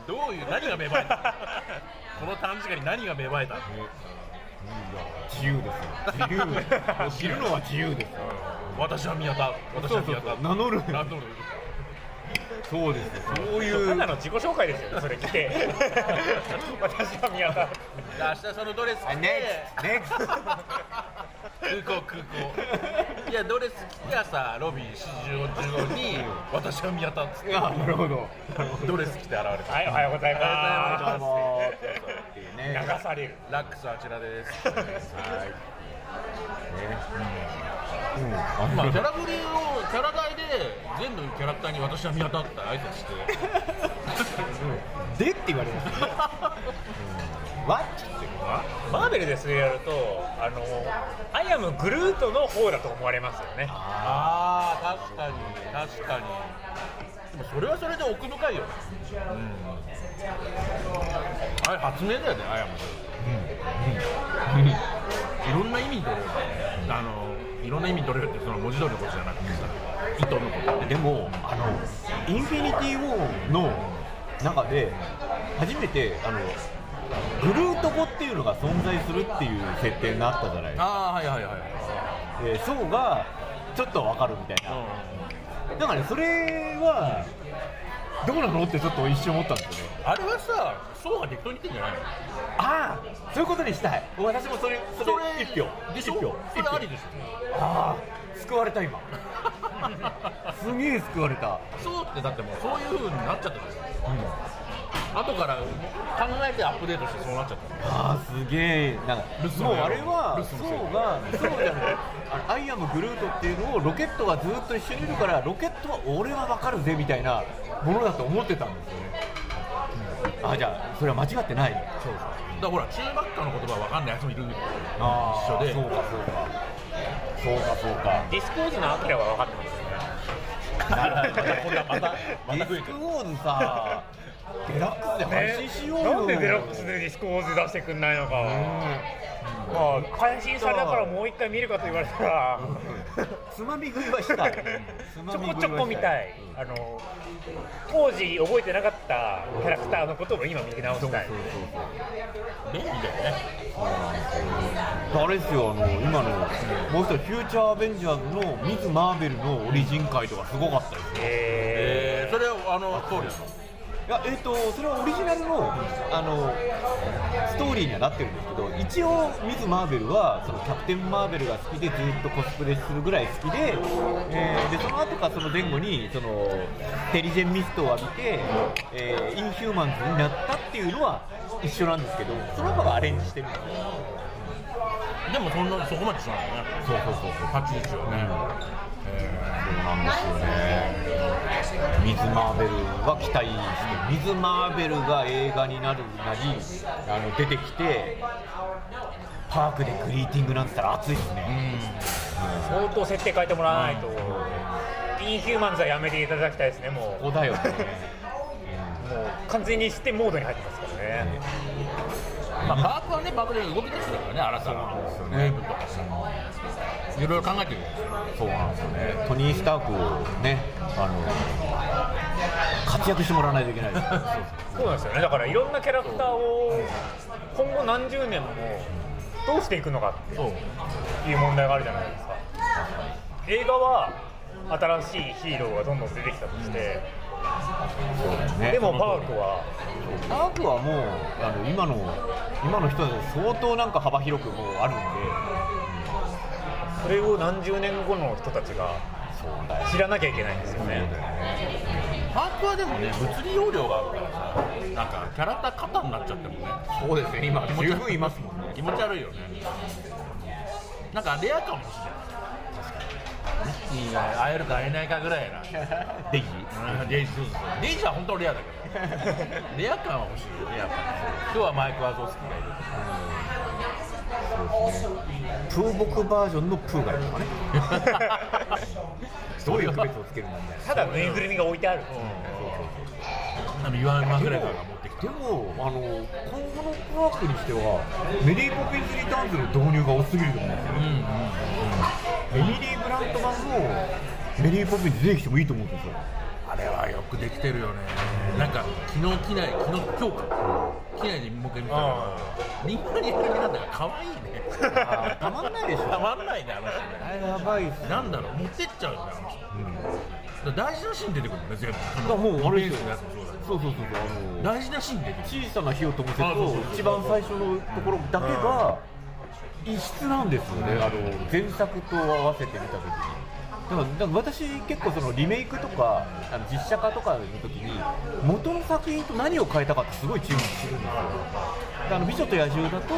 [SPEAKER 3] どういう何が芽生え たこの短時間に何が芽生えた
[SPEAKER 2] 自由ですよ自由知るのは自由ですよ
[SPEAKER 3] 私は宮田私は宮田
[SPEAKER 2] 名乗る
[SPEAKER 3] 名乗る
[SPEAKER 2] そうですそうい
[SPEAKER 1] た
[SPEAKER 2] う
[SPEAKER 1] だの自己紹介ですよねそれ来て 私は宮田
[SPEAKER 3] じゃあ明日そのドレス着て
[SPEAKER 2] NEXT NEXT
[SPEAKER 3] 空港空港いやドレス着て朝ロビー7時15に私は宮田っつって
[SPEAKER 2] あなるほど
[SPEAKER 3] ドレス着て現れた
[SPEAKER 1] はいおはようござい
[SPEAKER 3] あ
[SPEAKER 1] ます
[SPEAKER 2] っていう
[SPEAKER 1] 流
[SPEAKER 2] ね
[SPEAKER 1] される
[SPEAKER 3] ラックスあちらです
[SPEAKER 2] はいね
[SPEAKER 3] まあ、キャ
[SPEAKER 2] う
[SPEAKER 3] ラぶりをキャラ替えで全部キャラクターに私は宮田って挨拶して
[SPEAKER 2] んでって言われましたねわっちっていうのは
[SPEAKER 1] マーベルでそれやるとあのアイアムグルートの方だと思われますよね
[SPEAKER 3] ああ確かに確かにでもそれはそれで奥深いよねうんあれ発明だよねあやもいろんな意味に取れるねあのいろんな意味に取れるってその文字通りのことじゃなくてさ意図のことね
[SPEAKER 2] でもあのインフィニティ・ウォーの中で初めてあのグルート語っていうのが存在するっていう設定があったじゃないですか
[SPEAKER 3] ああはいはいはいはい
[SPEAKER 2] でソーがちょっとわかるみたいな
[SPEAKER 3] うん
[SPEAKER 2] だからねそれはどうなのってちょっと一瞬思ったんですよね
[SPEAKER 3] あれはさそうが適当に言ってんじゃないの
[SPEAKER 2] ああそういうことにしたい私もそれそれ一票
[SPEAKER 3] でしょ
[SPEAKER 2] 一票
[SPEAKER 3] それありでし
[SPEAKER 2] ああ救われた今
[SPEAKER 3] ょ
[SPEAKER 2] すげえ救われた、
[SPEAKER 3] そうってだってもうそういう風になっちゃったじゃ
[SPEAKER 2] うん
[SPEAKER 3] ん後から考えてアップデートしてそうなっちゃった
[SPEAKER 2] あーすげえなんか
[SPEAKER 3] 留守
[SPEAKER 2] もう
[SPEAKER 3] の野郎
[SPEAKER 2] あれは
[SPEAKER 3] 留守のせい
[SPEAKER 2] そうがそうじゃないあのアイアムグルートっていうのをロケットがずっと一緒にいるからロケットは俺は分かるぜみたいなものだと思ってたんですよね、あじゃあそれは間違ってないそう
[SPEAKER 3] だからほら中ばっかの言葉わかんないやつもいる
[SPEAKER 2] あー
[SPEAKER 3] 一緒で
[SPEAKER 2] そうかそうかそうか
[SPEAKER 1] ディスコーズのアキラは分かってますよね
[SPEAKER 2] そうかなるほどね
[SPEAKER 3] またまたま
[SPEAKER 2] デ
[SPEAKER 3] た
[SPEAKER 2] ィ
[SPEAKER 3] 増え
[SPEAKER 2] ス
[SPEAKER 3] て
[SPEAKER 2] ク
[SPEAKER 3] る
[SPEAKER 2] ウォーズさデラックスで配信しようよ、
[SPEAKER 1] なんでデラックスでディスコーズ出してくんないのか、まあ配信されたからもう一回見るかと言われたら、
[SPEAKER 2] つまみ食いはしたいつま
[SPEAKER 1] ちょ
[SPEAKER 2] み
[SPEAKER 1] こ
[SPEAKER 2] 食いはし
[SPEAKER 1] ちょこ見たい、あの当時覚えてなかったキャラクターのことを今見直したい
[SPEAKER 2] そうそうそう
[SPEAKER 3] 便利だよね
[SPEAKER 2] あれですよ、あの今の、もう一人、フューチャーアベンジャーズのミズ・マーベルのオリジン会とか、すごかったですよ。
[SPEAKER 1] え
[SPEAKER 3] えー、それはあの通りなの
[SPEAKER 2] いや、えっ、と、それはオリジナルの、あの、ストーリーにはなってるんですけど、一応、ミズ・マーベルは、そのキャプテン・マーベルが好きで、ずっとコスプレするぐらい好きで、えーで、その後か、その前後に、その、テリジェンミストを浴びて、えーインヒューマンズになったっていうのは、一緒なんですけど、その他はアレンジしてるんですよ。
[SPEAKER 3] でもそんなそこまでしないよね
[SPEAKER 2] そうそうそうそう
[SPEAKER 3] 立ち位置はね、
[SPEAKER 2] そうなんですよね。水マーベルは期待して、水マーベルが映画になるなり、あの出てきて、パークでグリーティングなんて言ったら熱いですね。
[SPEAKER 1] 相当設定変えてもらわないと、インヒューマンズはやめていただきたいですねもう
[SPEAKER 2] ここだよね。
[SPEAKER 1] もう完全にしてモードに入ってますからね、
[SPEAKER 3] まあ、パークはねパークで動き出してるからね新た
[SPEAKER 2] そう
[SPEAKER 3] な
[SPEAKER 2] なんですよ
[SPEAKER 3] ウ
[SPEAKER 2] ね
[SPEAKER 3] ェーブとかさいろいろ考えてるよ
[SPEAKER 2] そうなんですよね。トニー・スタークをね、あの活躍してもらわないといけないです。
[SPEAKER 1] そうなんですよねだからいろんなキャラクターを今後何十年もどうしていくのかっ
[SPEAKER 3] そう
[SPEAKER 1] ていう問題があるじゃないですか映画は新しいヒーローがどんどん出てきたとして、
[SPEAKER 2] そうだよね
[SPEAKER 1] でもパークは
[SPEAKER 2] パークはもうあの今の今の人たち相当なんか幅広くもうあるんで。
[SPEAKER 1] それを何十年後の人たちが
[SPEAKER 2] そうだよ
[SPEAKER 1] 知らなきゃいけないんですよね、
[SPEAKER 3] パークはでもね物理容量があるからさなんかキャラクター肩になっちゃってもね
[SPEAKER 2] そうですね、今、十分いますもんね。
[SPEAKER 3] 気持ち悪いよねなんかレアかもしれないいいな会えるか会えないかぐらいな
[SPEAKER 2] デイジ
[SPEAKER 3] うんデイジーそうそうそうデイジーは本当レアだけどレア感は欲しいよねやっぱ今日はマイク・ワゾフスキーがいる
[SPEAKER 2] プーボクバージョンのプーがいるのかね。 どういう区別をつけるんだみたいな。
[SPEAKER 1] ただぬいぐるみが置いてある、
[SPEAKER 3] あの岩山ぐらいから持ってきて
[SPEAKER 2] でも、あの、今後のパークにしては、メリー・ポピンズ・リターンズの導入が多すぎると思うんですよ。
[SPEAKER 3] うんうん
[SPEAKER 2] エミリー・ブラント版も、メリー・ポピンズ出てきてもいいと思うんですよ。
[SPEAKER 3] あれはよくできてるよねなんか昨日機内昨日今日か機内でもう一回見たらリンゴにやるなんだから可愛いね
[SPEAKER 2] あーたまんないでしょ
[SPEAKER 3] たまんないねあの人ね
[SPEAKER 2] あれやばいっす
[SPEAKER 3] なんだろう持ってっちゃうじゃんあの人だから大事なシーン出てくるもんね全部
[SPEAKER 2] だもうあれ
[SPEAKER 3] で
[SPEAKER 2] ですす
[SPEAKER 3] よ
[SPEAKER 2] よ
[SPEAKER 3] そうだね
[SPEAKER 2] そうそうそうそうあの
[SPEAKER 3] 大事なシーン出てくる
[SPEAKER 2] 小さな火を灯せ
[SPEAKER 3] あそうそう
[SPEAKER 2] と
[SPEAKER 3] そう
[SPEAKER 2] 一番最初のところだけが異質なんですよね、あの前作と合わせて見た時にだからだから私結構そのリメイクとかあの実写化とかの時に元の作品と何を変えたかってすごい注目するんですよであの美女と野獣だと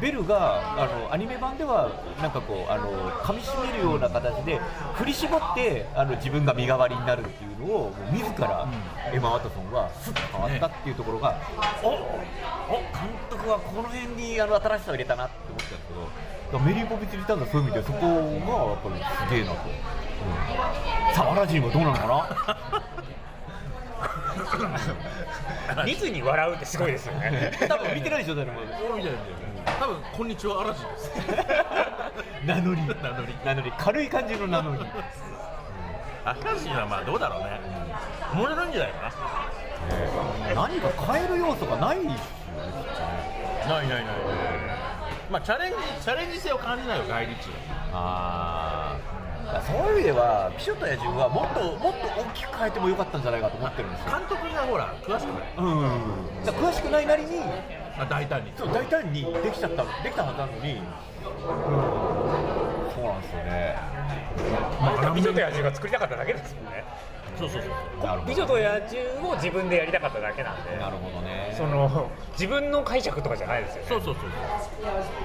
[SPEAKER 2] ベルがあのアニメ版ではなんかこうあの噛み締めるような形で振り絞ってあの自分が身代わりになるっていうのをもう自らエマ・ワトソンはスッと変わったっていうところが、おお監督はこの辺にあの新しさを入れたなって思ってたんですけどだからメリー・ポピッチ・リターンズはそういう意味ではそこがやっぱりすげえなと、うん、さあアラジンはどうなのかな
[SPEAKER 1] 見ずに笑うってすごいですよね
[SPEAKER 2] 多分見てない でしょ誰も
[SPEAKER 3] 俺みたいな多分こんにちは嵐です
[SPEAKER 2] 名乗り
[SPEAKER 3] 名乗り
[SPEAKER 2] 名乗り軽い感じの名乗り
[SPEAKER 3] 嵐はまあどうだろうね面白いんじゃないか
[SPEAKER 2] 何か変える要素がないですよね
[SPEAKER 3] なないないないまあチャレンジチャレンジ性を感じないよ外立
[SPEAKER 2] ああそういう意味では美女と野獣はもっともっと大きく変えてもよかったんじゃないかと思ってるんですよ
[SPEAKER 3] 監督がほら詳しくない、
[SPEAKER 2] うんだから詳しくないなりに
[SPEAKER 3] まあ、大胆に
[SPEAKER 2] そう大胆にできちゃったできたはずなのに、うん、そうなんですよね
[SPEAKER 1] 美女と野獣が作りたかっただけですもんね
[SPEAKER 3] そうそうそう
[SPEAKER 2] なるほ
[SPEAKER 1] 美
[SPEAKER 2] ど
[SPEAKER 1] 女と野獣を自分でやりたかっただけなんで
[SPEAKER 2] なるほどね
[SPEAKER 1] その自分の解釈とかじゃないですよね
[SPEAKER 3] そうそうそう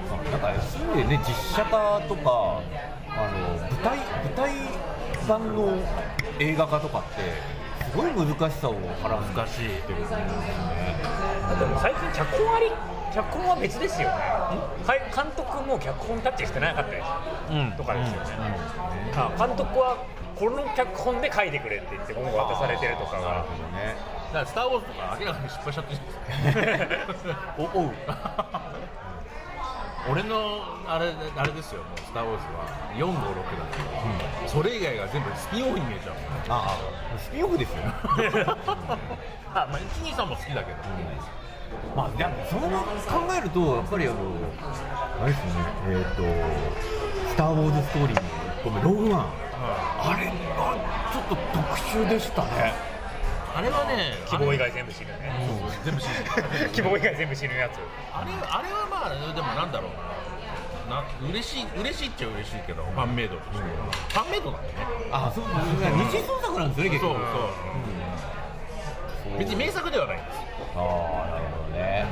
[SPEAKER 3] そう
[SPEAKER 2] なんかそういう意味でね実写化とかあの舞台舞台版の映画化とかってすごい難しさをはらんで
[SPEAKER 3] 難しい
[SPEAKER 2] るんですよね
[SPEAKER 1] だってもう最近脚本あり脚本は別ですよねかい監督も脚本タッチしてなかったり
[SPEAKER 3] うん
[SPEAKER 1] とかですよね、あ監督はこの脚本で書いてくれって言って本を渡されてるとか
[SPEAKER 2] なる
[SPEAKER 1] が
[SPEAKER 2] ほどね
[SPEAKER 3] だからスター・ウォーズとか明らかに失敗しちゃってるじゃないですか
[SPEAKER 2] おおう
[SPEAKER 3] 俺のあれあれですよもうスター・ウォーズは456だけど、それ以外が全部スピンオフに見えちゃう
[SPEAKER 2] ああスピンオフ ですよ
[SPEAKER 3] あまあ123も好きだけど、
[SPEAKER 2] まあでもそのまま考えるとやっぱりあのあれですねえっ、と「スター・ウォーズ・ストーリー」の1個目「ローグワン」あれはちょっと特殊でしたね
[SPEAKER 3] あれはね
[SPEAKER 1] 希望以外全部死ぬね
[SPEAKER 3] あれ全部
[SPEAKER 1] 希望以外全部死ぬやつ
[SPEAKER 3] あれあれはまあでもなんだろうなな嬉しい嬉しいっちゃ嬉しいけどファンメイドとして、ファンメイドなんだよ ね
[SPEAKER 2] あそうですね二次創作なんですよね結
[SPEAKER 3] そう
[SPEAKER 2] 構
[SPEAKER 3] そう、別に名作ではないんですよ
[SPEAKER 2] ああなるほどね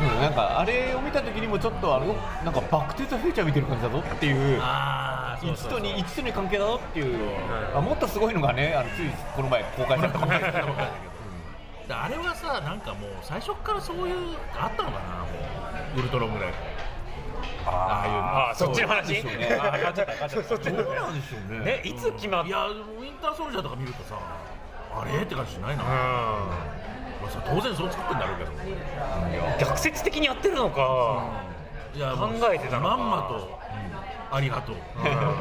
[SPEAKER 2] うん、なんかあれを見た時にもちょっとあのなんかバック・トゥ・ザ・フューチャー見てる感じだぞっていう
[SPEAKER 1] あ
[SPEAKER 2] 一とに一とに関係だぞっていう、あもっとすごいのがねあのついこの前公開されたばっかりだったのか
[SPEAKER 3] であれはさなんかもう最初っからそういうあったのかなもうウルトラオムライスあ
[SPEAKER 1] あそっちの話
[SPEAKER 3] そうですよね
[SPEAKER 1] あー上がっちゃった上がっちゃった
[SPEAKER 3] どうなんでしょうね
[SPEAKER 1] ねいつ決まっ
[SPEAKER 3] いやでもウィンターソルジャーとか見るとさあれって感じしないな、ま
[SPEAKER 1] う
[SPEAKER 3] あ、さ当然そう作ってんだろうけど
[SPEAKER 1] ん逆説的にやってるのか、
[SPEAKER 3] いや
[SPEAKER 1] 考えてたの
[SPEAKER 3] ま
[SPEAKER 1] かなん
[SPEAKER 3] まと、ありがとう、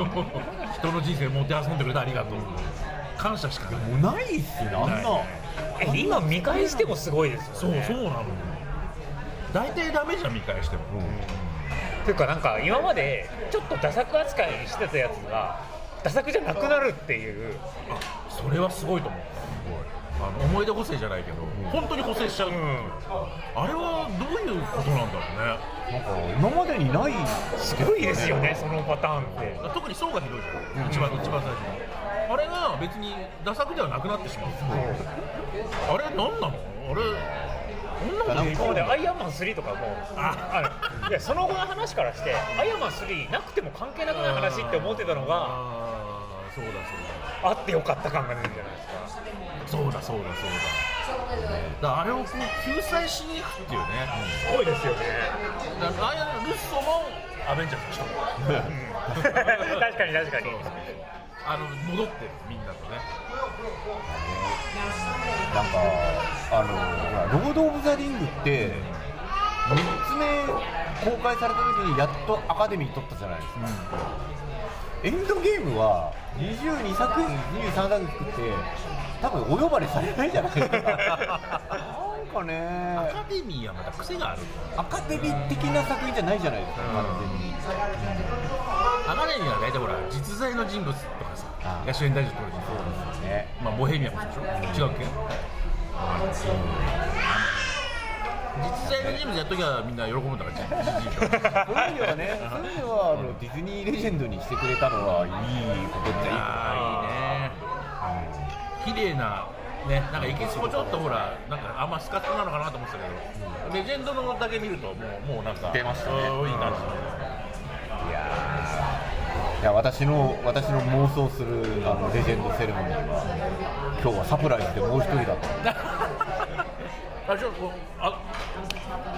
[SPEAKER 3] 人の人生もて遊んでくれてありがとう、感謝しかない
[SPEAKER 2] もうないっすねあんな
[SPEAKER 3] ない
[SPEAKER 1] え今見返してもすごいです
[SPEAKER 3] そ
[SPEAKER 1] よ
[SPEAKER 3] う
[SPEAKER 1] ね
[SPEAKER 3] そうなのよ大体ダメじゃん見返しても、
[SPEAKER 1] っていうかなんか今までちょっとダサく扱いにしてたやつがダサくじゃなくなるっていう
[SPEAKER 3] あそれはすごいと思うあの思い出補正じゃないけど、本当に補正しちゃう、あれはどういうことなんだろうね
[SPEAKER 2] なんか今までにない
[SPEAKER 1] すごいですよねそのパターンって
[SPEAKER 3] 特に層が広いじゃん、一番一番最初のあれが別にダサくではなくなってしまう、あれ何なのあれこんなこと
[SPEAKER 1] 一方でアイアンマン3とかもああいやその後の話からしてアイアンマン3なくても関係なくない話って思ってたのが
[SPEAKER 3] あーそうだそ
[SPEAKER 1] あってよかった感が出るじゃないですか
[SPEAKER 3] うだそうだそうだそうだだからあれをこう救済しに行くっていうね、
[SPEAKER 1] すごいですよね
[SPEAKER 3] だからああいうルッソもアベンジャーズでしょ
[SPEAKER 1] 確かに 確かに
[SPEAKER 3] あの戻ってるみんなとね
[SPEAKER 2] なんかあのほら「ロード・オブ・ザ・リング」って3つ目公開された時にやっとアカデミー取ったじゃないですか、エンドゲームは22作品23作品って多分お呼ばれされないじゃないです かなんか
[SPEAKER 3] ア
[SPEAKER 2] ね
[SPEAKER 3] カデミーはまた癖がある
[SPEAKER 2] アカデミー的な作品じゃないじゃないですか完全に
[SPEAKER 3] アカデミーは大体ほら実在の人物とかさ
[SPEAKER 2] あー
[SPEAKER 3] が主演大臣取るじゃん
[SPEAKER 2] そうですよね
[SPEAKER 3] まあ、ボヘミアンもそうでしょ違うっけ実際の人物やっときゃみんな喜ぶんだからじじじいから
[SPEAKER 2] そういう意味ではね、そういう意味ではあのディズニーレジェンドにしてくれたのはいいことっちゃ
[SPEAKER 3] あーいいね綺麗なねなんかいけすもちょっとほらなんかあんまスカッとなのかなと思ってたけどレジェンドのだけ見るともうもうなんか
[SPEAKER 2] 出ましたね
[SPEAKER 3] うんいい感
[SPEAKER 2] いいいやーいや私の私の妄想するあのレジェンドセレモニーは今日はサプライズでもう一人だと
[SPEAKER 3] じあちょっとあ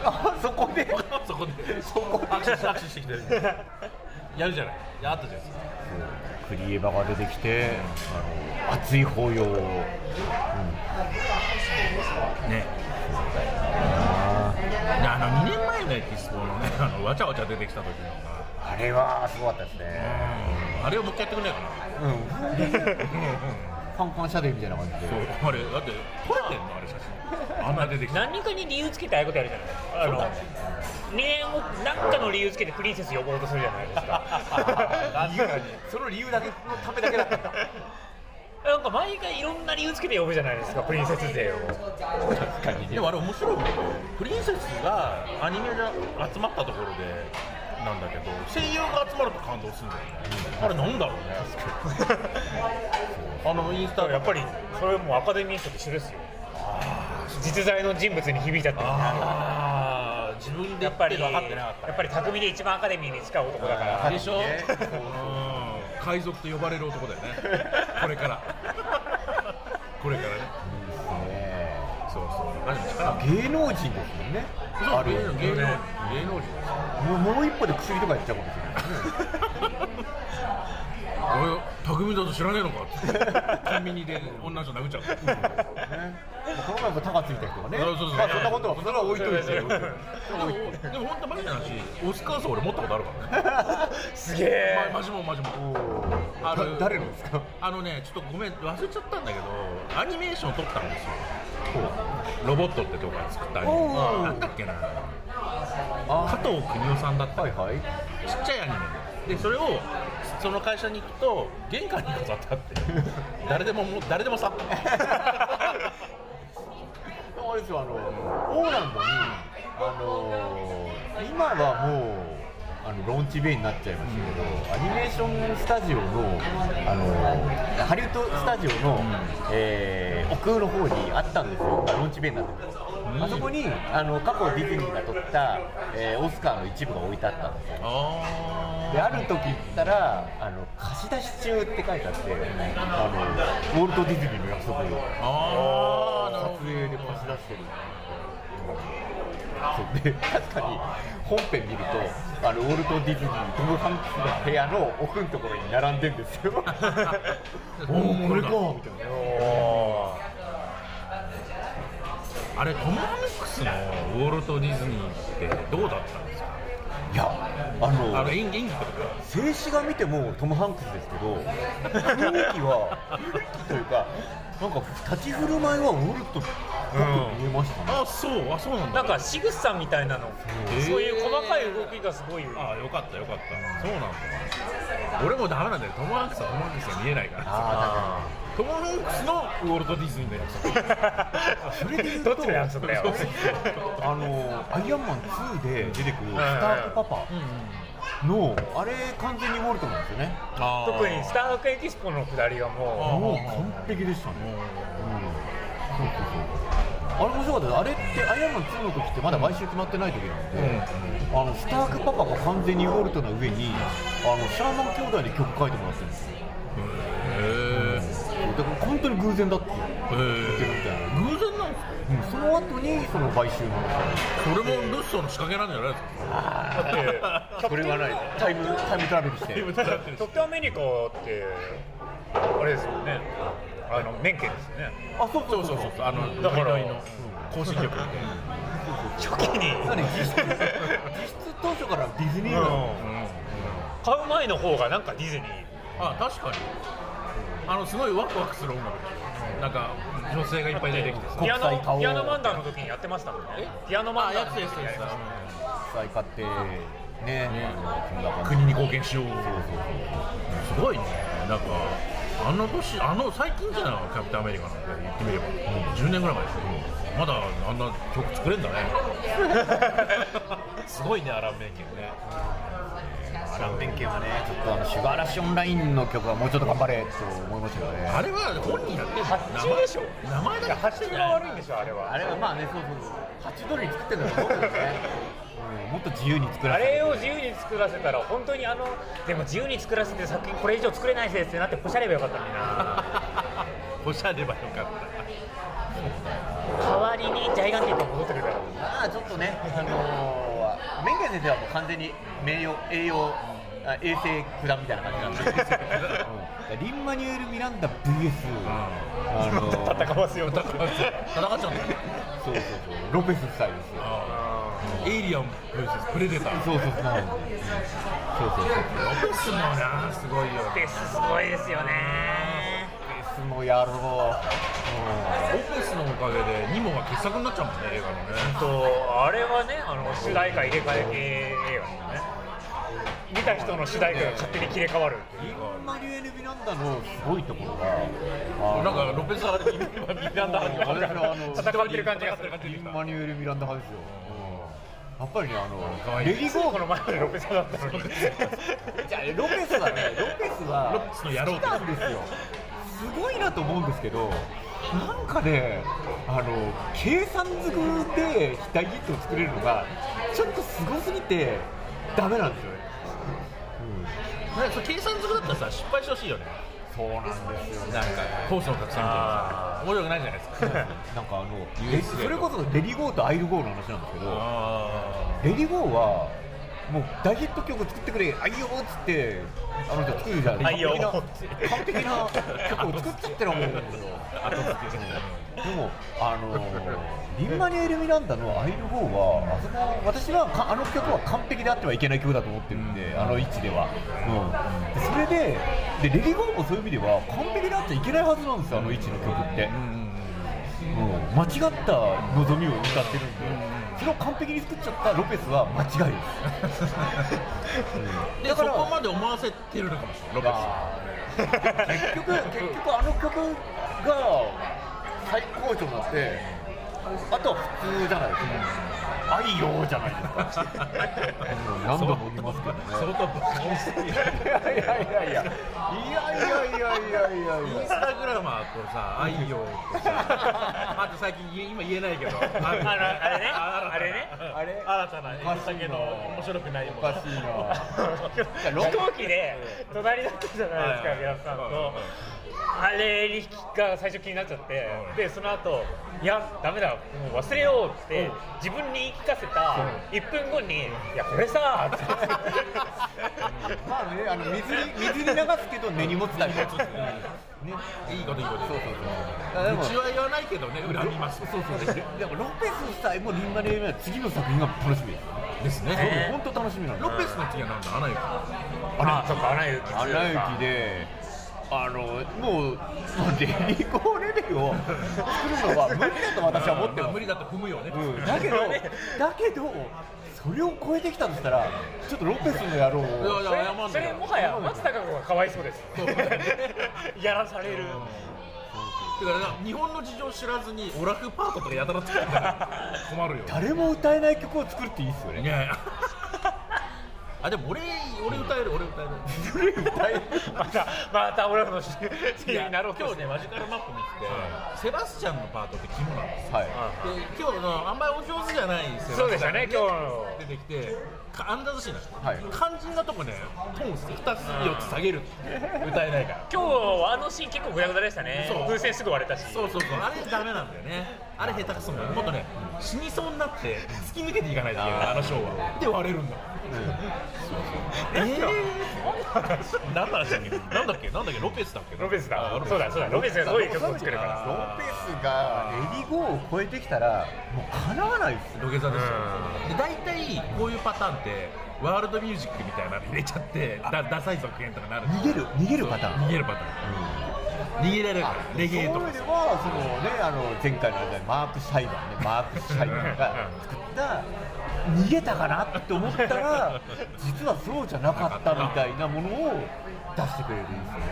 [SPEAKER 2] あそこで
[SPEAKER 3] そこでそこ握手握手してきてやるじゃないやあったじゃないですか
[SPEAKER 2] クリエバが出てきてあの熱い抱擁を
[SPEAKER 3] ね
[SPEAKER 2] あ
[SPEAKER 3] であの2年前のエキスポのねあのわちゃわちゃ出てきた時の
[SPEAKER 2] ーあれはすごかったですね
[SPEAKER 3] あれをもう一回やってくれないかな
[SPEAKER 2] うんカンカンシャデーみたいな感じで
[SPEAKER 3] あれだって撮れてんのあれ写真あんな出てきた
[SPEAKER 1] 何かに理由つけてああいうことやるじゃないですかあの2年を何かの理由つけてプリンセス呼ぼうとするじゃないですか
[SPEAKER 2] その理由だけのためだけだった
[SPEAKER 1] なんか毎回いろんな理由つけて呼ぶじゃないですかプリンセス勢を
[SPEAKER 2] 確かに
[SPEAKER 3] でもあれ面白いもんプリンセスがアニメが集まったところでなんだけど声優が集まると感動するんだよねあれなんだろうねあのインスタ
[SPEAKER 1] やっぱりそれもうアカデミー賞と一緒ですよ実在の人物に響いちゃってる
[SPEAKER 3] ああ自分で
[SPEAKER 1] やっ
[SPEAKER 3] やっ
[SPEAKER 1] ぱ
[SPEAKER 3] ぱ
[SPEAKER 1] り
[SPEAKER 3] り
[SPEAKER 1] や
[SPEAKER 3] 分かってなかった
[SPEAKER 1] っぱり匠で一番アカデミーに近い男だから
[SPEAKER 2] ぱり
[SPEAKER 3] でしょ、
[SPEAKER 2] ね
[SPEAKER 3] うん海賊と呼ばれる男だよねこれからこれからねそうそうあでも力ある
[SPEAKER 2] 芸能人ですもんねある
[SPEAKER 3] 芸能芸能
[SPEAKER 1] ね
[SPEAKER 3] 芸能人です
[SPEAKER 2] もうもう一歩で薬とかやっちゃうかもしれない
[SPEAKER 3] おい匠だと知らねえのかってコンビニで女の人殴っちゃうから
[SPEAKER 2] この前も高ついた人がね、
[SPEAKER 3] あそうそう
[SPEAKER 2] まあ、そんなことは、それは置いといて、
[SPEAKER 1] そうそうそう
[SPEAKER 3] でもでも本当マジな話オスカー賞俺持ったことあるからね
[SPEAKER 1] すげえ
[SPEAKER 3] まマジもんマジもん
[SPEAKER 2] おー
[SPEAKER 3] ある
[SPEAKER 2] だ誰のですか、
[SPEAKER 3] あのねちょっとごめん忘れちゃったんだけどアニメーション撮ったんですよロボットってとこから作ったアニメ
[SPEAKER 2] おー
[SPEAKER 3] なんだっけな加
[SPEAKER 2] あ
[SPEAKER 3] 藤邦夫さんだった
[SPEAKER 2] はいはい、
[SPEAKER 3] ちっちゃいアニメでそれをその会社に行くと玄関に飾ってあって誰でももう誰でもさ
[SPEAKER 2] あれですよ、あのオーランドに、あのー今はもうあのローンチベイになっちゃいましたけど、アニメーションスタジオの、あのーハリウッドスタジオの、えー奥の方にあったんですよ、ローンチベイになってる
[SPEAKER 3] うん
[SPEAKER 2] あそこにあの過去ディズニーが撮った、えーオスカーの一部が置いてあったんですよ
[SPEAKER 3] あ
[SPEAKER 2] である時行ったらあの貸し出し中って書いてあって、あのウォルト・ディズニーの約束を
[SPEAKER 3] ーあーなるほ
[SPEAKER 2] 撮影で貸し出してる そうで確かに本編見るとあのウォルト・ディズニートム・ハンクスの部屋の奥のところに並んでんですよおおこれかみたいな
[SPEAKER 3] どあれトム・ハンクスのウォルト・ディズニーってどうだったんですか
[SPEAKER 2] いやあの
[SPEAKER 3] あの演技演技ってことか
[SPEAKER 2] 静止画見てもトム・ハンクスですけど雰囲気は雰囲気というかなんか立ち振る舞いはウォルトっぽく見えましたね、
[SPEAKER 3] あそうあそうなん
[SPEAKER 1] な
[SPEAKER 3] だ
[SPEAKER 1] んか仕草みたいなの、
[SPEAKER 3] うん
[SPEAKER 1] そういう細かい動きがすごい、
[SPEAKER 3] ああよかったよかったそうなんだ俺もダメなんだよトム・ハンクスはトム・ハンクスが見えないから
[SPEAKER 2] あ
[SPEAKER 3] トム・ハンクスのウォルト・ディズニーのやつ
[SPEAKER 2] それで言う
[SPEAKER 1] ど
[SPEAKER 2] と
[SPEAKER 1] っちの約束だよ
[SPEAKER 2] そうそうそうあのアイアンマン2で出てくるスタートパパのあれ完全にウォルトなんですよね
[SPEAKER 1] 特にスタ
[SPEAKER 3] ー
[SPEAKER 1] ーウォークエキスポの下りは
[SPEAKER 3] あー
[SPEAKER 1] も
[SPEAKER 2] もう完璧でしたねうんそうそうそうあれ面白かったですあれってアイアンマン2の時ってまだ買収決まってない時なんで、あのスタークパパが完全にウォルトの上にあのシャーマン兄弟に曲書いてもらってるんですよ
[SPEAKER 3] へ
[SPEAKER 2] だから本当に偶然だって言っ
[SPEAKER 3] え
[SPEAKER 2] てるみたいな、
[SPEAKER 3] 偶然なんで
[SPEAKER 2] う
[SPEAKER 3] すか
[SPEAKER 2] んその後にその買収の
[SPEAKER 3] それもルッソの仕掛けなんじゃないですか
[SPEAKER 1] う、だって、
[SPEAKER 2] それはないタイムタイムトラベルして
[SPEAKER 1] キャプテンアメリカって、あれですよね、あの免許ですよね、
[SPEAKER 2] あそうそうそうそう
[SPEAKER 3] あの
[SPEAKER 1] だから
[SPEAKER 3] ノリノリの行進曲みたい
[SPEAKER 1] 初期に、
[SPEAKER 2] だからね実質実質当初からディズニーなの、
[SPEAKER 1] うん
[SPEAKER 3] な
[SPEAKER 1] 買う前の方がなんかディズニー。
[SPEAKER 3] あ確かにあのすごいワクワクする音楽でしょなんか女性がいっぱい出てきてさ
[SPEAKER 1] ピア
[SPEAKER 2] 国際花
[SPEAKER 1] ノ
[SPEAKER 2] 王
[SPEAKER 1] ピアノマンダーの時にやってましたもんね。ピアノマ
[SPEAKER 3] あ
[SPEAKER 1] ンダ
[SPEAKER 3] や
[SPEAKER 1] ーの
[SPEAKER 3] つ
[SPEAKER 1] 時
[SPEAKER 3] です
[SPEAKER 1] に
[SPEAKER 3] や
[SPEAKER 1] や
[SPEAKER 3] つ
[SPEAKER 1] り
[SPEAKER 3] で
[SPEAKER 1] まし
[SPEAKER 2] 使い勝手ね
[SPEAKER 3] ね
[SPEAKER 2] そんな感
[SPEAKER 3] す
[SPEAKER 2] じ
[SPEAKER 3] 国に貢献しよう
[SPEAKER 2] そうそうそう
[SPEAKER 3] すごいねなんかあの年あの最近じゃないキャプテンアメリカなんて言ってみれば、10年ぐらい前でしょ、まだあんな曲作 れんだねすごいねアラン・メイケンね
[SPEAKER 2] ラーメン系はねちょっとあのシュガーラッシュオンラインの曲はもうちょっと頑張れと思いましたよね
[SPEAKER 3] あれは本人やってるんだ
[SPEAKER 1] た。
[SPEAKER 3] よ
[SPEAKER 1] 発注でしょ。発注が悪い
[SPEAKER 3] 名前名前だけ
[SPEAKER 1] んでしょあれは。
[SPEAKER 2] あれはまあねそうそうそうハチドリ作ってるんだと思うんですね、うん、もっと自由に作ら
[SPEAKER 1] あ
[SPEAKER 2] せて
[SPEAKER 1] れを自由に作らせたら本当にあのでも自由に作らせて作品これ以上作れないせいってなってこしゃればよかったのにな。
[SPEAKER 3] おしゃればよかっ
[SPEAKER 1] 代わりにジャイガンティックが戻ってくるから。
[SPEAKER 2] まあちょっとねあのー、メンケン先生はもう完全に名誉栄養あ衛生九段みたいな感じなんで、うんリンマニュエル・ミランダ VS、あのー
[SPEAKER 1] 戦わせようとする。
[SPEAKER 3] た戦っちゃうんだよね
[SPEAKER 2] そうそうそうロペス夫妻ですよ
[SPEAKER 3] エイリアン VS プレデター
[SPEAKER 2] そうそうそうなんですそうそうそう
[SPEAKER 3] ロペスもなすごいよ
[SPEAKER 1] ですすごいですよね。
[SPEAKER 2] ロペスもやろう、
[SPEAKER 3] ロペスのおかげでニモが傑作になっちゃうもんね映画のね
[SPEAKER 1] とあれはねあの主題歌入れ替え系映画ですよね。見た人の主題歌が勝手に切れ替わるっていう。
[SPEAKER 2] うん、リンマニュエル・ミランダのすごいところがあの
[SPEAKER 3] なんかロペスはみんなだ
[SPEAKER 2] あれのあの
[SPEAKER 1] 戦ってる感じがする。
[SPEAKER 2] リンマニュエル・ミランダ派ですよ、やっぱりねあ
[SPEAKER 3] 可
[SPEAKER 2] の
[SPEAKER 3] 愛い
[SPEAKER 2] レディーゴー
[SPEAKER 1] この前までロペさんだったのに。
[SPEAKER 2] じゃあロペスはね、ロペスは
[SPEAKER 3] ロペスの野郎
[SPEAKER 2] 好きなんですよ。すごいなと思うんですけど、なんかね、あの計算ずくでヒッターヒットを作れるのがちょっとすごすぎてダメなんですよね。
[SPEAKER 3] なんかそれ計算づくだったらさ失敗してほしいよね
[SPEAKER 2] そうなんですよ。
[SPEAKER 3] なんかコースの拡散みたいなさ面白くないじゃないですか
[SPEAKER 2] なんかあ の
[SPEAKER 3] USJ
[SPEAKER 2] それこそレディゴーとアイルゴーの話なんですけど。
[SPEAKER 3] あ
[SPEAKER 2] レディゴーはもう大ヒット曲作ってくれあいよーっつってあの人作るじゃん
[SPEAKER 1] あいよー
[SPEAKER 2] 完璧な完璧な曲を作っちゃってるもんですよ
[SPEAKER 3] 後付け
[SPEAKER 2] でもあのー、リンマニュエル・ミランダの「アイル・ゴーは」あそこ私はかあの曲は完璧であってはいけない曲だと思ってるんで、
[SPEAKER 3] うん
[SPEAKER 2] あの位置では、うんでそれででレディゴーもそういう意味では完璧であっちゃいけないはずなんですよあの位置の曲って、
[SPEAKER 3] うんうん
[SPEAKER 2] うん間違った望みを歌ってるんで、それを完璧に作っちゃったロペスは間違い です、
[SPEAKER 3] う
[SPEAKER 2] うんん
[SPEAKER 3] で
[SPEAKER 2] だ
[SPEAKER 3] そ
[SPEAKER 2] から
[SPEAKER 3] こまで思わせてるのかもしれないロペス
[SPEAKER 2] 結局結局あの曲が最高潮になってあとは普通じゃないですか、愛よじゃないですか何度も言いますけどね
[SPEAKER 3] 相当バカにしてる
[SPEAKER 2] いやいやいやいやいやいやいやいやい
[SPEAKER 3] インス
[SPEAKER 2] や
[SPEAKER 3] タグラマーとさ、愛用とさ、あと最近言え今言えないけど、あ
[SPEAKER 1] あのあれねあれね
[SPEAKER 2] あれ
[SPEAKER 1] 新たなエゴサけど面白くないもん
[SPEAKER 2] おかしい
[SPEAKER 1] 飛行機で隣だったじゃないですか、
[SPEAKER 3] はい
[SPEAKER 1] 皆さん
[SPEAKER 3] はい
[SPEAKER 1] と。あれにが最初気になっちゃって、でその後いや、だめだ、もう忘れようって、自分に言い聞かせた1分後に、いや、これさーって
[SPEAKER 2] なまあねあの水に水に流すけど根に持つタイプね
[SPEAKER 3] いいこといいこと
[SPEAKER 2] そうそうそう
[SPEAKER 3] で
[SPEAKER 2] で
[SPEAKER 3] も
[SPEAKER 2] も
[SPEAKER 3] うちは言わないけどね、恨みます。そうそうで
[SPEAKER 2] でもロペス夫妻もリンガネームは次の作品が楽しみです
[SPEAKER 3] ね。
[SPEAKER 2] 本当楽しみなの
[SPEAKER 3] ロペスの次はなんだ、アナ雪。
[SPEAKER 1] あそっか、アナ雪
[SPEAKER 2] アナ雪であのもうもうデリコレベルを作るのは無理だと私は思って
[SPEAKER 3] ま
[SPEAKER 2] ま
[SPEAKER 3] あ
[SPEAKER 2] す
[SPEAKER 3] 無理だと踏むよね。
[SPEAKER 2] うんだけど、だけど、それを超えてきたとしたら、ちょっとロペスの野郎を
[SPEAKER 3] いやい
[SPEAKER 1] それ
[SPEAKER 3] や、謝ん
[SPEAKER 1] そ
[SPEAKER 3] な
[SPEAKER 1] れ
[SPEAKER 3] よ。
[SPEAKER 1] もはや松たか子がかわいそうです
[SPEAKER 3] そうだね
[SPEAKER 1] やらされる
[SPEAKER 3] だからな、日本の事情知らずに、オラフパートとかやたら作るから、困るよ。
[SPEAKER 2] 誰も歌えない曲を作るっていいっすよね。
[SPEAKER 3] ね。あ、でも、俺、俺歌える、俺歌える。
[SPEAKER 2] 歌える
[SPEAKER 1] またまた俺らのせ
[SPEAKER 3] い
[SPEAKER 1] い
[SPEAKER 3] や
[SPEAKER 1] になろうと
[SPEAKER 3] 今
[SPEAKER 1] し
[SPEAKER 3] 日
[SPEAKER 1] て
[SPEAKER 3] ねマジカルマップ見てて、セバスチャンのパートって肝なんですよ
[SPEAKER 2] はい。
[SPEAKER 3] で今日のあんまりお上手じゃないセバスチャン
[SPEAKER 1] そうでしたね今日の
[SPEAKER 3] 出てきてかアンダーズシーンなんですよ、
[SPEAKER 2] はい
[SPEAKER 3] 肝心なとこねトーン2つ4つ下げる 歌えないから
[SPEAKER 1] 今日はあのシーン結構ぐだぐだでしたね
[SPEAKER 3] そう
[SPEAKER 1] 風船すぐ割れたし
[SPEAKER 3] そうそうそうあれダメなんだよねあれ下手くそなんだよもっとね死にそうになって突き抜けていかないといけないあのショーはで割れるんだもんえー、 何の話だっけなんだっけなんだっけロペスだっけ
[SPEAKER 1] ロペス
[SPEAKER 3] あ
[SPEAKER 1] だそうだそうだロペスがすごい曲を作るから
[SPEAKER 2] ロペスがエリゴーを超えてきたら、もうかなわないっすよ。
[SPEAKER 3] 土下座ですよ、で大体こういうパターンってワールドミュージックみたいなの入れちゃってだダサい続編とかなる
[SPEAKER 2] 逃げる、逃げるパターン。
[SPEAKER 3] 逃げるパターン、逃げられるからレゲエと
[SPEAKER 2] そういう意
[SPEAKER 3] か
[SPEAKER 2] 味では、そのね、あの前回のあれだよマーク・シャイマンね、マーク・シャイマンが作った、逃げたかなって思った ら、実はそうじゃなかったみたいなものを出してくれるんですよね。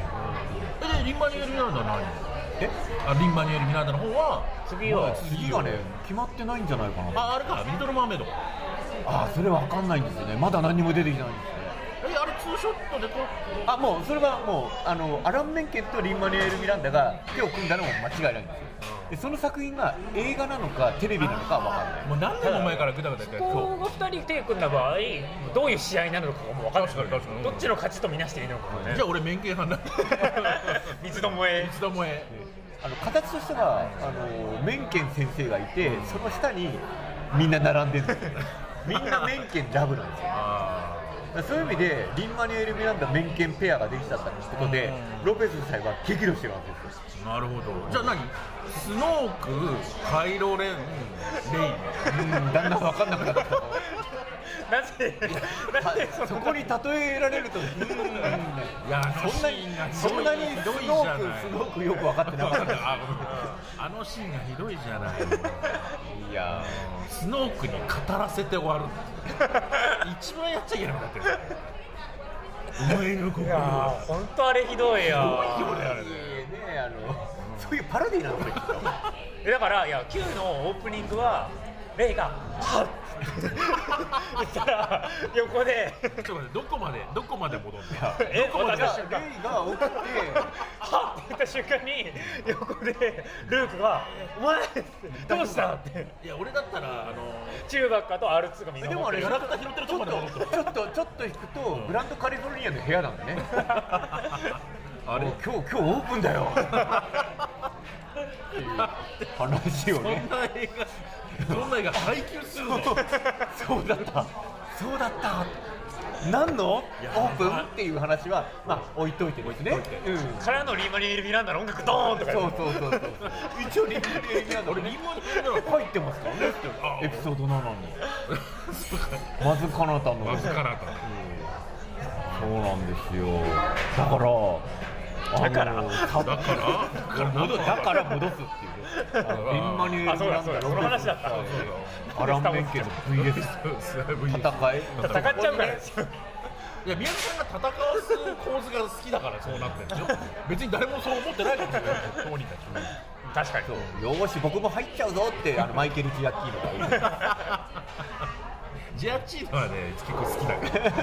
[SPEAKER 3] えでリンマニュエル・ミナンダの何
[SPEAKER 2] え
[SPEAKER 3] あリンマニュエル・ミナンダの方は
[SPEAKER 1] 次は
[SPEAKER 2] 次がね決まってないんじゃないかなあ
[SPEAKER 3] ああれかリトル・マーメイドか
[SPEAKER 2] あそれわかんないんですよねまだ何にも出てきてないんですよね
[SPEAKER 3] えあれツーショットで撮っ
[SPEAKER 2] あもうそれはもうあのアラン・メンケンとリンマニュエル・ミランダが手を組んだのも間違いないんですよでその作品が映画なのかテレビなのかわかんない
[SPEAKER 3] もう何年も前からグダグダやってたやつ
[SPEAKER 1] こが2人手組んだ場合どういう試合になるのかがもう分からなくな
[SPEAKER 3] 確かに確か
[SPEAKER 1] る
[SPEAKER 3] に
[SPEAKER 1] どっちの勝ちとみなしていいのかもね
[SPEAKER 3] じゃあ俺免権派になる
[SPEAKER 1] 三つどもえ
[SPEAKER 3] 三つどもえ
[SPEAKER 2] あの形としてはあのメンケン先生がいてその下にみんな並んでるんですよみんなメンケンラブなんですよ
[SPEAKER 3] あ
[SPEAKER 2] だからそういう意味でリンマニュエル・ミランダメンケンペアができちゃったってことでロペス夫妻は激怒してるわけですよ
[SPEAKER 3] あなるほどじゃあ何スノークカイロ・レンレイ
[SPEAKER 2] うんだんだん分かんなくなってきた
[SPEAKER 1] なぜ なぜそ
[SPEAKER 2] そ
[SPEAKER 1] の
[SPEAKER 2] こに例えられると、
[SPEAKER 3] いや
[SPEAKER 2] そんなに、そんなに
[SPEAKER 3] ひ
[SPEAKER 2] す
[SPEAKER 3] ど
[SPEAKER 2] ご
[SPEAKER 3] い
[SPEAKER 2] く、
[SPEAKER 3] じ
[SPEAKER 2] す
[SPEAKER 3] ゃない
[SPEAKER 2] ごくよく分かってなかっ
[SPEAKER 3] あごめんあのシーンがひどいじゃない
[SPEAKER 2] た。いや
[SPEAKER 3] スノークに語らせて終わる一番やっちゃいけなくなってるお前の心
[SPEAKER 1] いやー本当あれひどいや
[SPEAKER 2] ー、
[SPEAKER 1] ー
[SPEAKER 2] いいね、あの、そういうパロディなんだけど。
[SPEAKER 1] えだからいや Q のオープニングはレイが「はっ!」言ったら横で
[SPEAKER 3] ちょっと待ってどこまでどこまで戻る
[SPEAKER 1] 「えっ?」
[SPEAKER 2] じゃあ、
[SPEAKER 1] 瞬間
[SPEAKER 2] レイが起きて、
[SPEAKER 1] 「はっ!」って言った瞬間に横でルークが「お前どうした?」って
[SPEAKER 3] いや俺だったらあの
[SPEAKER 1] 中学科と R2 がみんな
[SPEAKER 2] でもあれ、
[SPEAKER 3] ガラクタ拾ってるとこまで戻ってる
[SPEAKER 2] ちょっと、ちょっと引くと、グランドカリフォルニアの部屋なんだね。
[SPEAKER 3] あれ
[SPEAKER 2] もう今日、今日オープンだよ。っていう話を
[SPEAKER 3] そん
[SPEAKER 2] ね。
[SPEAKER 3] な映画そんな映画配給するの
[SPEAKER 2] そうだった、そうだった、なんのオープンっていう話は、まあ、置いといてですね、
[SPEAKER 3] 置いといて
[SPEAKER 2] うん、
[SPEAKER 1] からのリーマニエル・ミランダの音楽ドーンとか
[SPEAKER 2] そうそうそうそう、一応、リンクで見たの、俺、リン入ってますからね、
[SPEAKER 3] あ
[SPEAKER 2] エピソード7に、まずかなたの、
[SPEAKER 3] わずかなと
[SPEAKER 2] そうなんですよ、だから、
[SPEAKER 1] だから
[SPEAKER 2] あのさ
[SPEAKER 3] だから
[SPEAKER 2] だから戻だから戻すっていうね、あのリンマニュエル
[SPEAKER 1] あそうだそうだその話だった
[SPEAKER 2] ロペスアラン・メンケの VS 戦い。
[SPEAKER 1] 戦っちゃうからですよ
[SPEAKER 3] いや宮野さんが戦わす構図が好きだからそうなってるんでしょ別に誰もそう思ってないかもしれない当人たち
[SPEAKER 1] 確かに
[SPEAKER 2] そうよーし僕も入っちゃうぞってあのマイケル・ジアッキーノが言う
[SPEAKER 3] ジアッチーノはね結構好きだか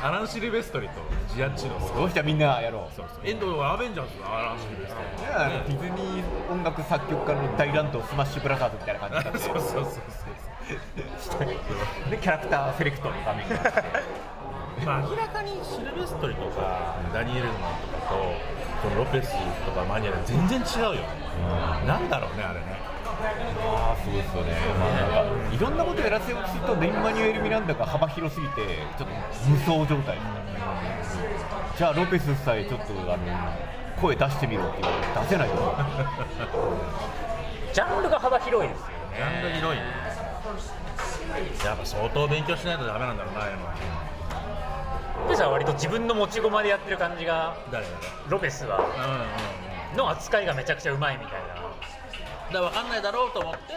[SPEAKER 3] らアラン・シルベストリとジアッチーノ好き
[SPEAKER 2] どうしたみんなやろう
[SPEAKER 3] そうそう遠藤はアベンジャーズのアラン・シルベストリ
[SPEAKER 2] ねあのディズニー音楽作曲家の大乱闘スマッシュブラザーズみたいな感じだった
[SPEAKER 3] そうそうそう
[SPEAKER 2] でキャラクターセレクトの画面があって
[SPEAKER 3] そう、まあ、明らかにシルベストリとかダニエルマンとかとこのロペスとかマニアで全然違うよねなんだろうねあれね
[SPEAKER 2] あーすごいですよね、まあ、なんかいろんなことやらせようとすると、ネイマニュエル・ミランダが幅広すぎて、ちょっと無双状態、じゃあ、ロペスさえちょっとあの声出してみろって言われて、出せないよ、
[SPEAKER 1] ジャンルが幅広いですよ
[SPEAKER 3] ジャンル広いねやっぱ相当勉強しないとダメなんだろうなああいうのは
[SPEAKER 1] ペスは割と自分の持ち駒でやってる感じが
[SPEAKER 3] 誰だ
[SPEAKER 1] ロペスは
[SPEAKER 3] ろうんうんうん
[SPEAKER 1] の扱いがめちゃくちゃうまいみたいな
[SPEAKER 3] だから分かんないだろうと思って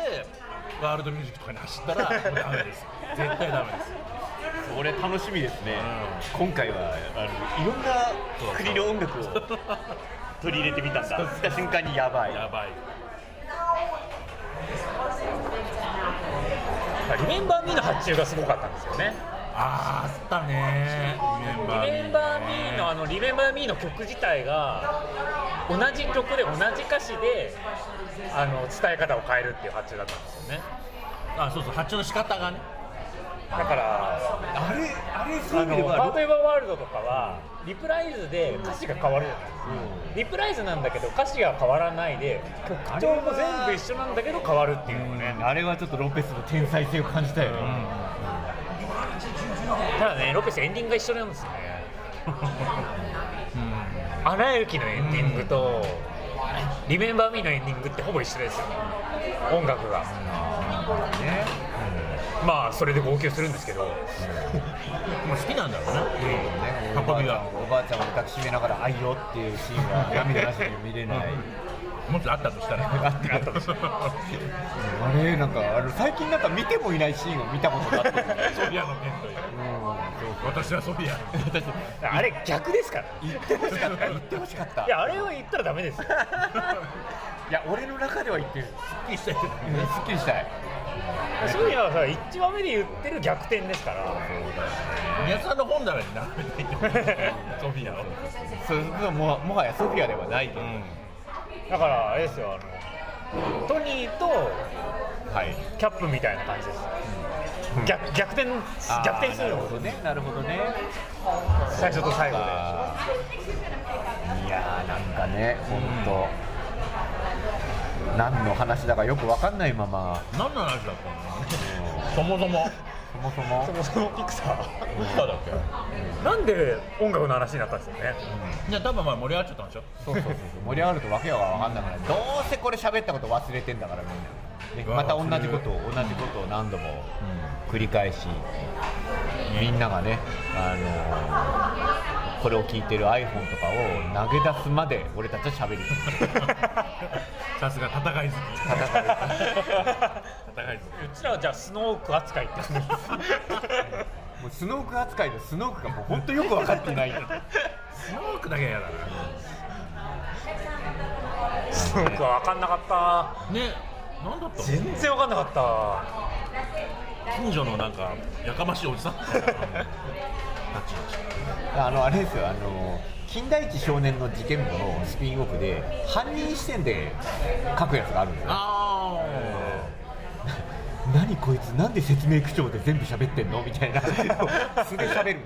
[SPEAKER 3] ワールドミュージックとかに走ったらもうダメです絶対ダメです
[SPEAKER 2] これ、楽しみですね、今回はあのいろんな国の音楽を取り入れてみたんだ、した瞬間にやばい、
[SPEAKER 3] やばい
[SPEAKER 1] リメンバー・ミーの発注がすごかったんですよね
[SPEAKER 3] あーあったねリメンバー
[SPEAKER 1] リ
[SPEAKER 3] ミー
[SPEAKER 1] メンバー・ミーのあの「リメンバー・ミー」の曲自体が同じ曲で同じ歌詞であの伝え方を変えるっていう発注だったんですよね
[SPEAKER 3] あそうそう発注の仕方がね
[SPEAKER 1] だから
[SPEAKER 2] あれ、あれ、そうい
[SPEAKER 1] あ
[SPEAKER 2] う意味で
[SPEAKER 1] の
[SPEAKER 2] は
[SPEAKER 1] パート
[SPEAKER 2] ロ
[SPEAKER 1] エヴァワールドとかはリプライズで歌詞が変わるじゃないですか、リプライズなんだけど歌詞が変わらないで曲調も全部一緒なんだけど変わるっていうのね
[SPEAKER 2] うんあれはちょっとロペスの天才性を感じたよね。
[SPEAKER 1] ただねロペスエンディングが一緒なんですよねアナ雪のエンディングと「リメンバー・ミー」のエンディングってほぼ一緒ですよ音楽が
[SPEAKER 2] ね
[SPEAKER 1] まあそれで号泣するんですけど
[SPEAKER 3] もう好きなんだろうね
[SPEAKER 2] おばあちゃんおばあちゃんを抱きしめながら「愛よ」っていうシーンは涙なしで見れない、
[SPEAKER 3] もしあったとしたら
[SPEAKER 2] あったとしたあれなんかあの最近なんか見てもいないシーンを見たことがあって、うん、
[SPEAKER 3] ソフィアの件という私はソフィア
[SPEAKER 1] あれ逆ですからい
[SPEAKER 2] 言ってほしかった言ってほしかったいや
[SPEAKER 1] やあれは言ったらダメですよ
[SPEAKER 2] 俺の中では言ってる
[SPEAKER 3] すっきりしたい
[SPEAKER 2] うんすっきりしたい
[SPEAKER 1] そういうのはさ1話目で言ってる逆転ですから
[SPEAKER 3] 宮田さんの本棚に並べていてソフィアを
[SPEAKER 2] それとももはやソフィアではないと、
[SPEAKER 1] だからあれですよあのトニーと
[SPEAKER 2] はい
[SPEAKER 1] キャップみたいな感じです逆逆転逆転する
[SPEAKER 2] あーなるほ
[SPEAKER 1] の
[SPEAKER 2] どねなるほどね
[SPEAKER 1] 最初と最後で
[SPEAKER 2] あーいやーなんかね本当、何の話だかよくわかんないまま
[SPEAKER 3] 何の話だったのそもそも
[SPEAKER 2] そもそも
[SPEAKER 1] そもそもピクサー
[SPEAKER 3] どうしただっけ
[SPEAKER 1] なんで音楽の話になったんですよね
[SPEAKER 3] じゃあ多分まあ盛り上がっちゃったんでしょ
[SPEAKER 2] そうそうそうそう盛り上がるとわけがわかんなくなるどうせこれ喋ったこと忘れてんだからみんな、ね
[SPEAKER 3] うわ
[SPEAKER 2] また同じことを同じことを何度も繰り返し、みんながね、あのーこれを聞いてる iPhone とかを投げ出すまで俺たちは喋る
[SPEAKER 3] さすが戦い好き
[SPEAKER 2] 戦いう
[SPEAKER 1] ちらはじゃあスノーク扱いって感じ
[SPEAKER 2] もうスノーク扱いのスノークがもう本当よく分かっていない
[SPEAKER 3] スモークだけは嫌だ
[SPEAKER 1] スノークは分かんなか
[SPEAKER 3] なね何だった
[SPEAKER 1] った
[SPEAKER 3] の
[SPEAKER 1] 全然分かんなか
[SPEAKER 3] 近所のなんかやかましいおじさん
[SPEAKER 2] あのあれですよあのー金田一少年の事件簿のスピンオフで犯人視点で書くやつがあるんですよ
[SPEAKER 3] あ
[SPEAKER 2] 何こいつなんで説明口調で全部喋ってんのみたいな 素で喋るんですよ
[SPEAKER 3] あだからエピ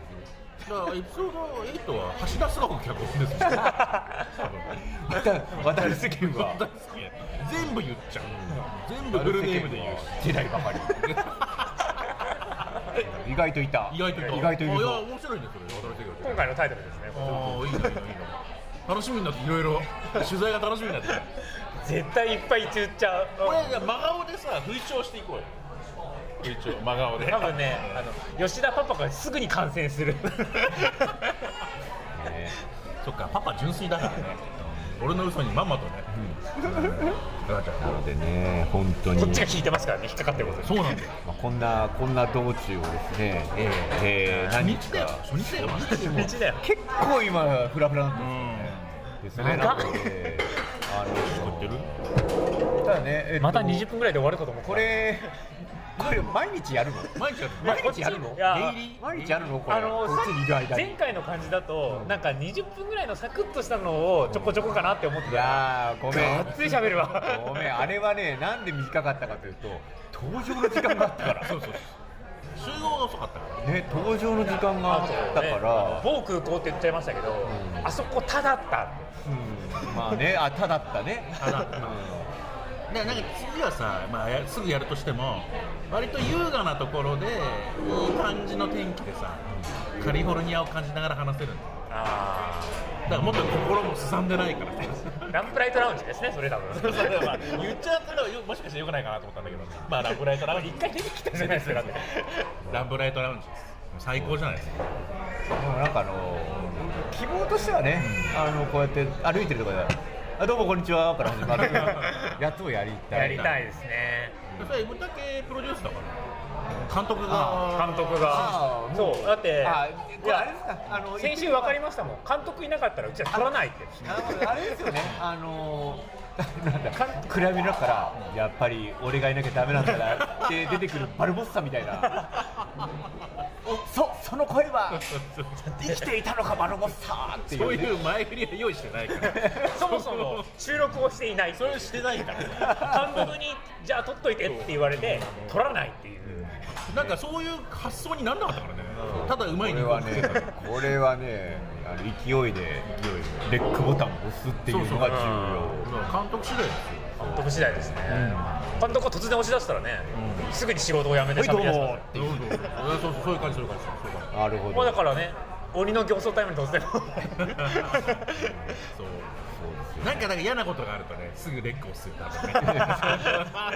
[SPEAKER 3] ソード8は橋田壽賀子脚本ですよ
[SPEAKER 2] また渡る世間
[SPEAKER 3] 大好
[SPEAKER 2] は
[SPEAKER 3] き全部言っちゃう、全部フルネームで言うし
[SPEAKER 2] 時代ばかり 意外といた
[SPEAKER 3] 意外といた
[SPEAKER 2] 意外といる
[SPEAKER 3] あいや
[SPEAKER 2] ぞ
[SPEAKER 3] 面白いねそれ新しい
[SPEAKER 1] った今回のタイトルですね
[SPEAKER 3] ああいいないいないいな楽しみになっていろいろ取材が楽しみになってきた
[SPEAKER 1] 絶対いっぱい言っちゃう
[SPEAKER 3] これじゃあ真顔でさ吹聴していこうよ吹聴真顔で
[SPEAKER 1] 多分ねあの吉田パパがすぐに感染 する
[SPEAKER 2] ね
[SPEAKER 3] そっかパパ純粋だからね俺の嘘にまんまとね、うん、かかっち
[SPEAKER 2] な
[SPEAKER 3] ゃ
[SPEAKER 2] のでね本当に
[SPEAKER 1] こっちが引いてますからね引っかかってること
[SPEAKER 3] う
[SPEAKER 1] に
[SPEAKER 3] そうなんだよ
[SPEAKER 2] まあこんなこんな道中をですねええー何日
[SPEAKER 3] だよ
[SPEAKER 2] か
[SPEAKER 3] 初日だよ
[SPEAKER 1] 道だよ
[SPEAKER 2] 結構今フラフラなんですよねですね
[SPEAKER 3] う
[SPEAKER 2] なのであの
[SPEAKER 3] ん知ってる
[SPEAKER 2] だね、えっと
[SPEAKER 1] また20分ぐらいで終わるかと思った
[SPEAKER 2] これこれ毎日やるの
[SPEAKER 3] 毎日やる
[SPEAKER 1] 毎
[SPEAKER 2] 毎日
[SPEAKER 1] 日
[SPEAKER 2] やるの
[SPEAKER 1] いや
[SPEAKER 3] デイリー
[SPEAKER 2] 毎日やるのこれ
[SPEAKER 1] あの
[SPEAKER 2] こいつにいる間に
[SPEAKER 1] 前回の感じだと、なんか20分ぐらいのサクッとしたのをちょこちょこかなって思って
[SPEAKER 2] い
[SPEAKER 1] たら、
[SPEAKER 2] やーごめ
[SPEAKER 1] がっつり喋るわ。
[SPEAKER 2] んごめんあれはねなんで短かったかというと登場の時間があったから
[SPEAKER 3] そうそうそう集合が遅かったから
[SPEAKER 2] ね登場の時間があったから、
[SPEAKER 1] 某空港って言っちゃいましたけど、
[SPEAKER 2] ん
[SPEAKER 1] あそこただったって。
[SPEAKER 2] うんまあねあただったね
[SPEAKER 3] ただったでなんか次はさ、まあ、やすぐやるとしても割と優雅なところでいい感じの天気でさカリフォルニアを感じながら話せるんだよ
[SPEAKER 1] あ
[SPEAKER 3] だからもっと心もすさんでないからさ
[SPEAKER 1] ーランプライトラウンジですね、それ多
[SPEAKER 3] そ
[SPEAKER 1] 分。
[SPEAKER 3] れはまあ言っちゃったらよもしかしてよくないかなと思ったんだけ どまあランブライトラウンジ
[SPEAKER 1] 一回出てきたじゃないですか、だって
[SPEAKER 3] ランブライトラウンジです最高じゃないですか
[SPEAKER 2] まあなんかあの希望としてはね、あのこうやって歩いてるところであ「どうもこんにちは」から始 まるやつをやりたい
[SPEAKER 1] やりたいですね。
[SPEAKER 3] それだけプロデュースだから監督が
[SPEAKER 2] あ
[SPEAKER 1] 監督が
[SPEAKER 2] あー。も
[SPEAKER 1] そう、だって、
[SPEAKER 2] あ
[SPEAKER 1] い
[SPEAKER 2] これあれ
[SPEAKER 1] や
[SPEAKER 2] ですかあの
[SPEAKER 1] 先週分かりましたもん、監督いなかったらうちは取らないって。
[SPEAKER 2] なるほどあれです よねあのなんだ暗闇の中からやっぱり俺がいなきゃダメなんだなって出てくるバルボッサみたいな そその声は生きていたのかバルボッサっていう,、
[SPEAKER 3] そう
[SPEAKER 2] ね、
[SPEAKER 3] いう前振りは用意してないから
[SPEAKER 1] そもそも収録をしていない。
[SPEAKER 3] それしてないから
[SPEAKER 1] 監督にじゃあ取っといてって言われて取らないっていう
[SPEAKER 3] なんかそういう発想にならなかったからねただうまい
[SPEAKER 2] これ
[SPEAKER 3] に
[SPEAKER 2] はねこれはねあの勢いでレックボタンを押すっていうのが重要
[SPEAKER 3] 監督次第ですよ
[SPEAKER 1] 監督次第ですね、監督が突然押し出したらね、すぐに仕事を辞めて
[SPEAKER 2] はいど
[SPEAKER 1] 喋
[SPEAKER 2] う
[SPEAKER 1] り出すから
[SPEAKER 2] も
[SPEAKER 1] ね
[SPEAKER 3] どうぞそうそうそういう感じそういう感じそういう感
[SPEAKER 2] なるほ
[SPEAKER 1] もう
[SPEAKER 2] ど
[SPEAKER 1] だからね鬼の形相タイムに突 然
[SPEAKER 3] じそう
[SPEAKER 2] そうですよ
[SPEAKER 3] なんかなんか嫌なことがあるとねすぐレックをする多分ね
[SPEAKER 1] あ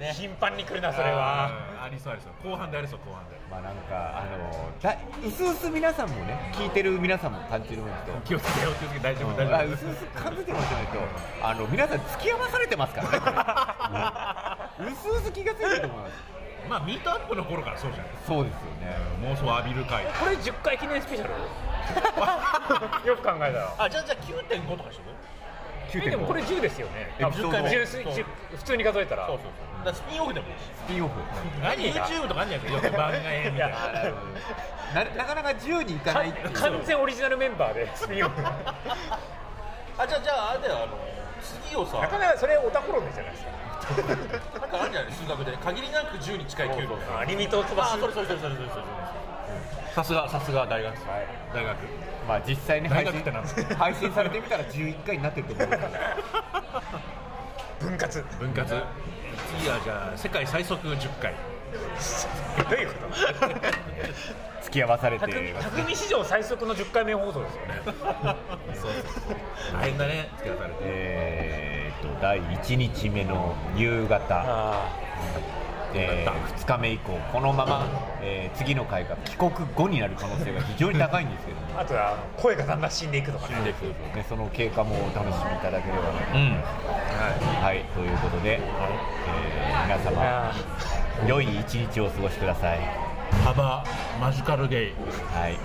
[SPEAKER 1] あ、頻繁に来るなそれは
[SPEAKER 3] うんありそうありそう後半でありそう後半で
[SPEAKER 2] まあなんかあのだ薄々皆さんもね聞いてる皆さんも感じるもんですけど
[SPEAKER 3] 気をつけよう気をつけて大丈夫大
[SPEAKER 2] あ
[SPEAKER 3] 丈
[SPEAKER 2] 薄々感じてもらってないとあの皆さん突き合わされてますからねこれ薄々気がついてると思います
[SPEAKER 3] 夫まあミートアップの頃からそうじゃない
[SPEAKER 2] そうですよね
[SPEAKER 3] 妄想浴びる回
[SPEAKER 1] これ10回記念スペシ ャルよく考えたら
[SPEAKER 3] あじゃあじゃあ9.5とかしとこ
[SPEAKER 1] えでもこれ
[SPEAKER 2] 9.5
[SPEAKER 1] 10ですよね
[SPEAKER 2] エピソード
[SPEAKER 1] 10す10普通に数えたら
[SPEAKER 3] そうそうそうだからスピンオフでもいいし
[SPEAKER 2] スピンオフ
[SPEAKER 3] 何 YouTube とかあるんじ ゃないですかよく番外編みたい
[SPEAKER 1] いや
[SPEAKER 3] な
[SPEAKER 2] あなるほどななかなか自由にいか
[SPEAKER 1] か
[SPEAKER 2] ないっていう
[SPEAKER 1] 完全オリジナルメンバーでスピンオフな
[SPEAKER 3] あじゃあじゃああれだよあの次をさ
[SPEAKER 1] かなかそれオタコロネじゃないですか
[SPEAKER 3] なんかあるんじゃない数学で限りなく10に近い9とか
[SPEAKER 1] あリミットを飛ば
[SPEAKER 3] あ
[SPEAKER 1] す
[SPEAKER 3] ーそれそれそれそれそれそれさすがさすが大学生
[SPEAKER 2] はい
[SPEAKER 3] 大学
[SPEAKER 2] まあ実際に
[SPEAKER 3] 大
[SPEAKER 2] 配
[SPEAKER 3] 学
[SPEAKER 2] 信
[SPEAKER 3] ってなんですか
[SPEAKER 2] 配信されてみたら11回になってると思うから
[SPEAKER 1] 分割
[SPEAKER 3] 分割次はじゃあ世界最速10回
[SPEAKER 1] どういうこと
[SPEAKER 2] 付き合わされて
[SPEAKER 1] 匠匠史上最速の10回目放送ですよね
[SPEAKER 3] そう大変だね付き合わされて
[SPEAKER 2] えーっと第1日目の夕方、
[SPEAKER 1] あ
[SPEAKER 2] え2日目以降このまま、えー次の回が帰国後になる可能性が非常に高いんですけども
[SPEAKER 1] あとは声がだんだん死んでいくとかね
[SPEAKER 2] ね、その経過もお楽しみいただければな
[SPEAKER 3] うん
[SPEAKER 2] はい、ということで、えー皆様、良い一日をお過ごしください。
[SPEAKER 3] 幅マジカルゲイ
[SPEAKER 2] はい。